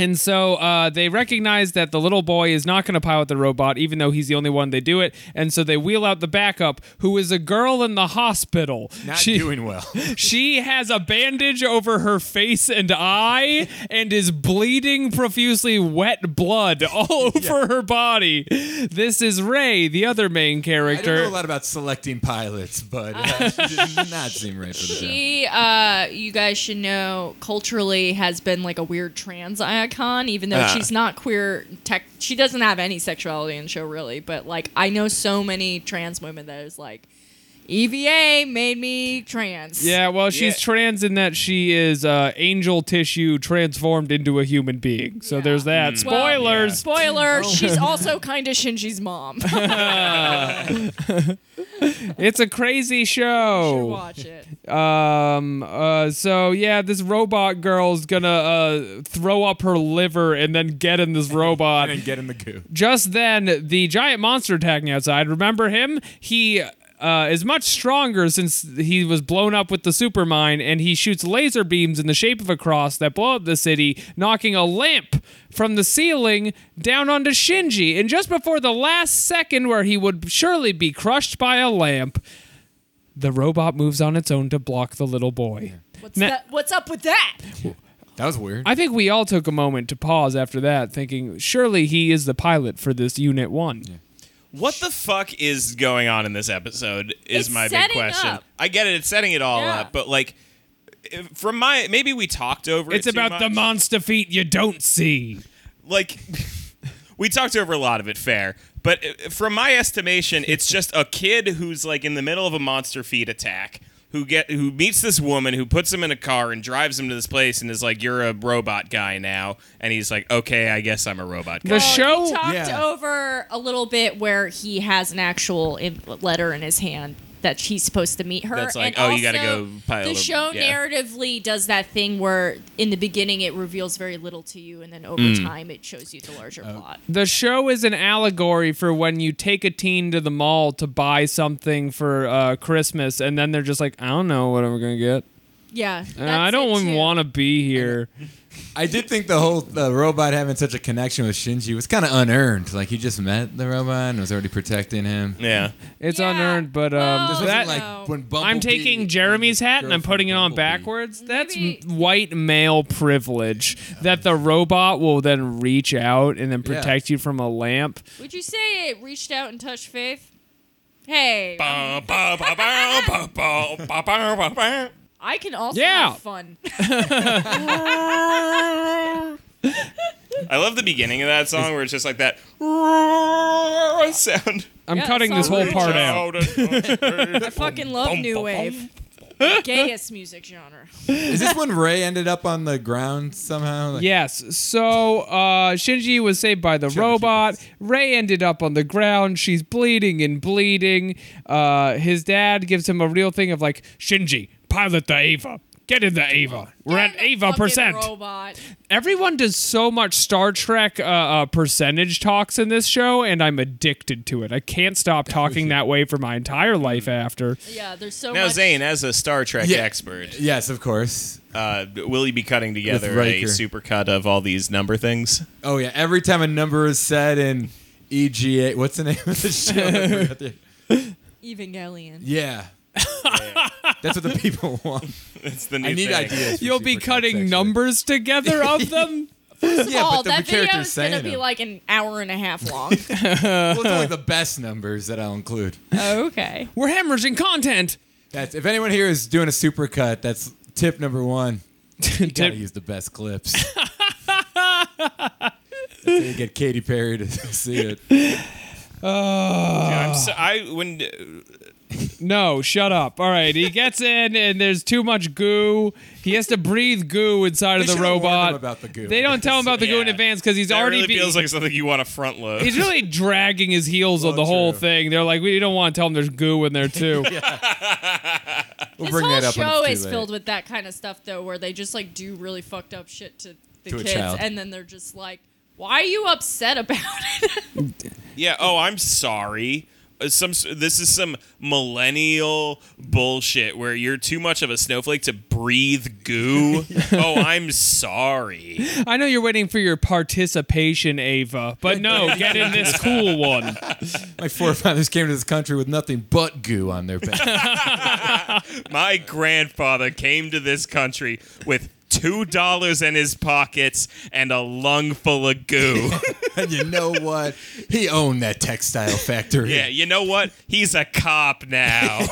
And so uh, they recognize that the little boy is not going to pilot the robot, even though he's the only one they do it. And so they wheel out the backup, who is a girl in the hospital.
Not
She-
doing well.
she has a bandage over her face and eye and is bleeding profusely wet blood [laughs] all over her body. This is Ray, the other main
I don't know
character.
a lot about selecting pilots, but uh, she did not seem right for the job.
She, uh, you guys should know, culturally has been like a weird trans icon, even though she's not queer. Tech, she doesn't have any sexuality in the show really, but like I know so many trans women that is like, EVA made me trans.
Yeah, well, she's
Yeah.
trans in that she is uh, angel tissue transformed into a human being. So there's that.
Well,
Spoilers.
Spoiler: She's also kind of Shinji's mom. [laughs]
It's a crazy
Should
show.
watch it.
Um. Uh. So yeah, this robot girl's gonna uh throw up her liver and then get in this robot.
And get in the goo.
Just then, the giant monster attacking outside. Remember him? He uh, is much stronger since he was blown up with the supermine, and he shoots laser beams in the shape of a cross that blow up the city, knocking a lamp from the ceiling down onto Shinji. And just before the last second, where he would surely be crushed by a lamp, the robot moves on its own to block the little boy.
What's
Na-
that? What's up with that?
That was weird.
I think we all took a moment to pause after that, thinking, surely he is the pilot for this Unit 1.
What the fuck is going on in this episode? Is
It's
my big
setting
question.
up.
I get it; it's setting it all
Yeah.
up, but like, if- from my maybe we talked over.
It's
it too
about the
much.
monster feet you don't see.
Like, [laughs] we talked over a lot of it. Fair, but uh, from my estimation, it's just a kid who's like in the middle of a monster feed attack. Who get who meets this woman who puts him in a car and drives him to this place and is like, "You're a robot guy now," and he's like, "Okay, I guess I'm a robot
Oh,
guy."
The show.
He talked
Yeah.
over a little bit where he has an actual in- letter in his hand that he's supposed to meet her.
That's like,
and
oh, you gotta
also,
go pile
The
up-
show
yeah.
narratively does that thing where in the beginning it reveals very little to you, and then over
Hmm.
time it shows you the larger
Uh,
plot.
The show is an allegory for when you take a teen to the mall to buy something for uh, Christmas, and then they're just like, I don't know what I'm going to get.
Yeah,
Uh, I don't even want to be here.
I did think the whole the robot having such a connection with Shinji was kind of unearned. Like he just met the robot and was already protecting him.
[laughs]
yeah.
It's
Yeah.
unearned, but um,
Well, This
Wasn't
that,
like
no.
when Bumblebee
I'm taking Jeremy's hat and I'm putting it on
Bumblebee.
backwards. That's
Maybe-
m- white male privilege that the robot will then reach out and then
Yeah.
protect you from a lamp.
Would you say it reached out and touched faith? Hey,
Ba, Uh, ba, ba, ba, ba, ba, ba, ba, ba, ba.
I can also
Yeah.
have fun. [laughs]
I love the beginning of that song where it's just like that [laughs] sound.
I'm
Yeah,
cutting this whole
solid.
part out.
[laughs]
I fucking love new wave, gayest music genre.
Is this when Ray ended up on the ground somehow? Like,
Yes. So uh, Shinji was saved by the robot. Ray ended up on the ground. She's bleeding and bleeding. Uh, his dad gives him a real thing of like, Shinji, pilot the Ava. Get in the Ava. We're
And
at
the
Ava
fucking
percent.
Robot.
Everyone does so much Star Trek uh, uh, percentage talks in this show, and I'm addicted to it. I can't [laughs] stop talking that way for my entire life after.
Yeah, there's so
Now,
much.
Zane, as a Star Trek
Yeah.
expert,
Yes, of course.
uh, will you be cutting together a
Riker.
supercut of all these number things?
Oh yeah. Every time a number is said in EGA, what's the name of the
[laughs]
show?
Evangelion.
yeah. That's what the people want.
It's the new
I need
thing.
ideas. for
You'll be
supercuts,
cutting
actually.
numbers together of [laughs] them.
Yeah,
oh,
but the
that video
characters
is gonna
saying
be
them.
like an hour and a
[laughs]
half long.
well, it's only the best numbers that I'll include.
okay.
We're hemorrhaging content. [laughs]
That's if anyone here is doing a supercut, that's tip number one. You gotta
[laughs] Tip-
use the best clips. [laughs] That's how you get Katy Perry to [laughs] see it.
I'm so,
Ah.
I when
No, shut up. All right, he gets in, and there's too much goo. He has to breathe goo inside
They
of the
should've warned
robot.
him about the goo.
They don't tell him about the goo in
Yeah.
advance because he's
that
already
really
be-
feels like something you want to front load.
He's
[laughs]
really dragging his heels on the whole
true.
thing. They're like, we don't want to tell him there's goo in there
[laughs]
too.
We'll
This
bring
whole
that up when
show
it's
is
too late.
filled with that kind of stuff though, where they just like do really fucked up shit to the
To a
kids,
child.
and then they're just like, "Why are you upset about it?" [laughs]
Yeah. Oh, I'm sorry. Uh, Some this is some millennial bullshit where you're too much of a snowflake to breathe
[laughs]
goo. Oh, I'm sorry.
I know you're waiting for your participation, Ava, but
[laughs]
no, get in this cool one.
[laughs] My forefathers came to this country with nothing but goo on
[laughs]
their back. [laughs]
My grandfather came to this country with two dollars in his pockets and a lung full of [laughs] goo.
and you know what? He owned that textile factory.
yeah, you know what? He's a cop now.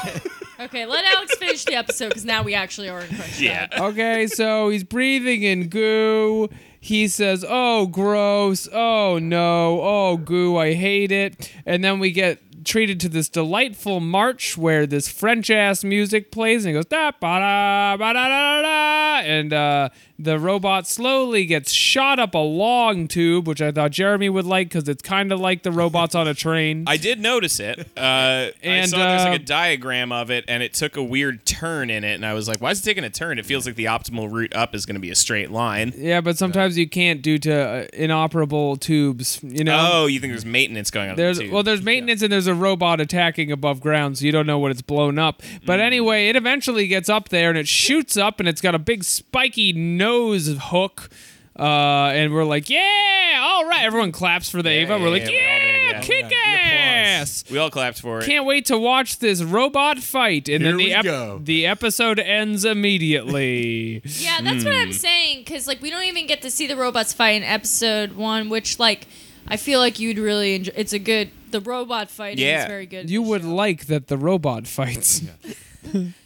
okay, let Alex finish the episode because now we actually are in crunch
Yeah.
time.
Okay, so he's breathing in goo. He says, "Oh, gross. Oh no. Oh, goo. I hate it." And then we get treated to this delightful march where this French ass music plays and it goes da ba da ba da da da da and uh, the robot slowly gets shot up a long tube, which I thought Jeremy would like because it's kind of like the robots on a train.
[laughs] I did notice it. Uh, I
And,
saw there's like
uh,
a diagram of it, and it took [laughs] a weird turn in it, and I was like, "Why is it taking a turn? It feels like the optimal route up is going to be a straight line."
yeah, but sometimes you can't due to uh, inoperable tubes. You know.
Oh, you think there's maintenance going on?
Um, There's
too.
well, there's maintenance and there's a robot attacking above ground, so you don't know what it's blown up. But anyway, it eventually gets up there and it shoots up and it's got a big spiky nose hook. Uh, and we're like, yeah, all right. Everyone claps for the Ava. We're like,
yeah, we all
yeah,
did, yeah.
kick Yes.
We all clapped for it.
Can't wait to watch this robot fight, and then
Here
the
we go.
the episode ends immediately.
Yeah, that's what
Hmm.
I'm saying. Because like we don't even get to see the robots fight in episode one, which like I feel like you'd really enjoy. It's a good. The robot fighting
Yeah.
is very good. in
you
the
would
show.
like that the robot fights.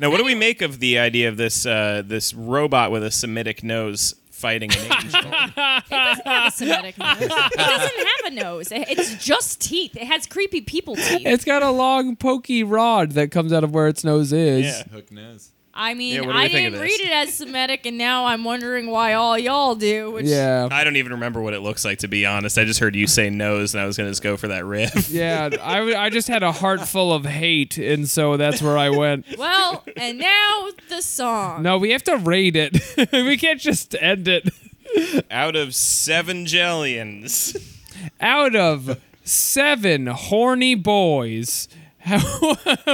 Now, what do we make of the idea of this uh, this robot with a Semitic nose fighting
[laughs]
an angel?
have a Semitic nose. It doesn't have a nose. It- It's just teeth. It has creepy people teeth.
It's got a long pokey rod that comes out of where its nose is.
Yeah.
Hook nose.
I mean,
Yeah, what do we
I
think of
didn't
this?
read it as Semitic, and now I'm wondering why all y'all do. Which
Yeah.
I don't even remember what it looks like, to be honest. I just heard you say nose, and I was going to just go for that riff.
Yeah, I, w- I just had a heart full of hate, and so that's where I went.
Well, and now the song.
No, we have to rate it. [laughs] we can't just end it.
Out of seven jellions.
Out of seven horny boys, [laughs] how,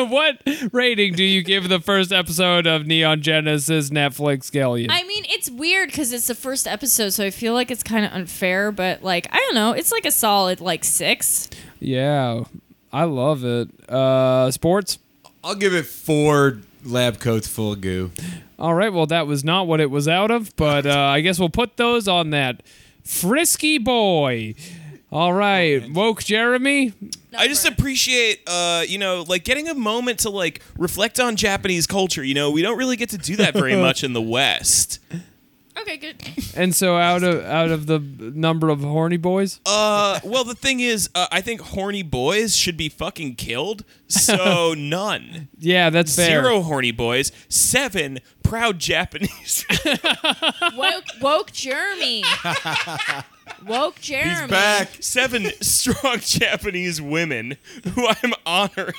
what rating do you give the first episode of Neon Genesis Netflix Galleon?
I mean, it's weird because it's the first episode, so I feel like it's kind of unfair. But like, I don't know. It's like a solid like six.
yeah, I love it. Uh, sports?
I'll give it four lab coats full of goo.
All right, well, that was not what it was out of, but uh, I guess we'll put those on that. Frisky boy. All right, woke Jeremy.
I just appreciate, uh, you know, like getting a moment to like reflect on Japanese culture. You know, we don't really get to do that [laughs] very much in the West.
Okay, good.
And so out of out of the number of horny boys,
Uh, well, the thing is, uh, I think horny boys should be fucking killed. [laughs] So none,
yeah, that's fair.
zero horny boys, seven proud Japanese.
[laughs]
[laughs]
woke, woke Jeremy. woke Jeremy.
He's back.
seven strong Japanese women who I'm honoring.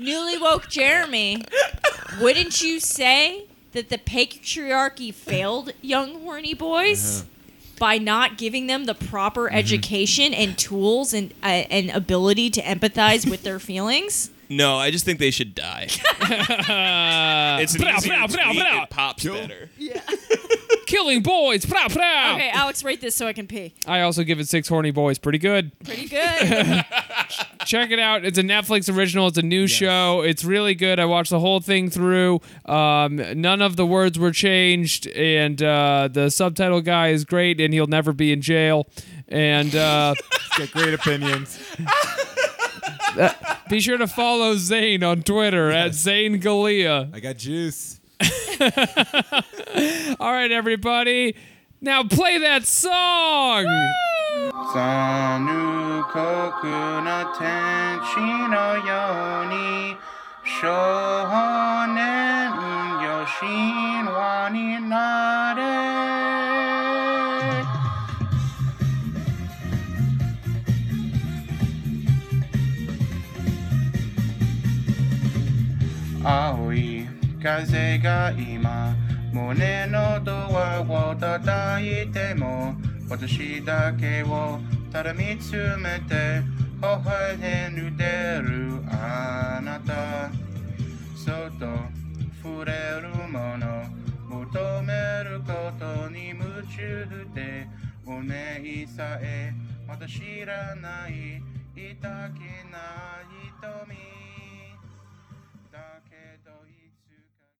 Newly woke Jeremy. Wouldn't you say that the patriarchy failed young horny boys? By not giving them the proper education and tools and uh, and ability to empathize with their feelings,
No, I just think they should die. [laughs] it's an
Brah,
easier
brah, brah,
tweet.
brah.
It pops
Kill.
better.
Killing boys, prow prow.
Okay, Alex, rate this so I can pee.
I also give it six horny boys. Pretty good.
Pretty good.
Check it out. It's a Netflix original. It's a new show. It's really good. I watched the whole thing through. Um, none of the words were changed, and uh, the subtitle guy is great, and he'll never be in jail. And
[laughs]
uh,
He's got great opinions.
be sure to follow Zane on Twitter at Zane Galea.
I got juice.
All right, everybody. Now play that song.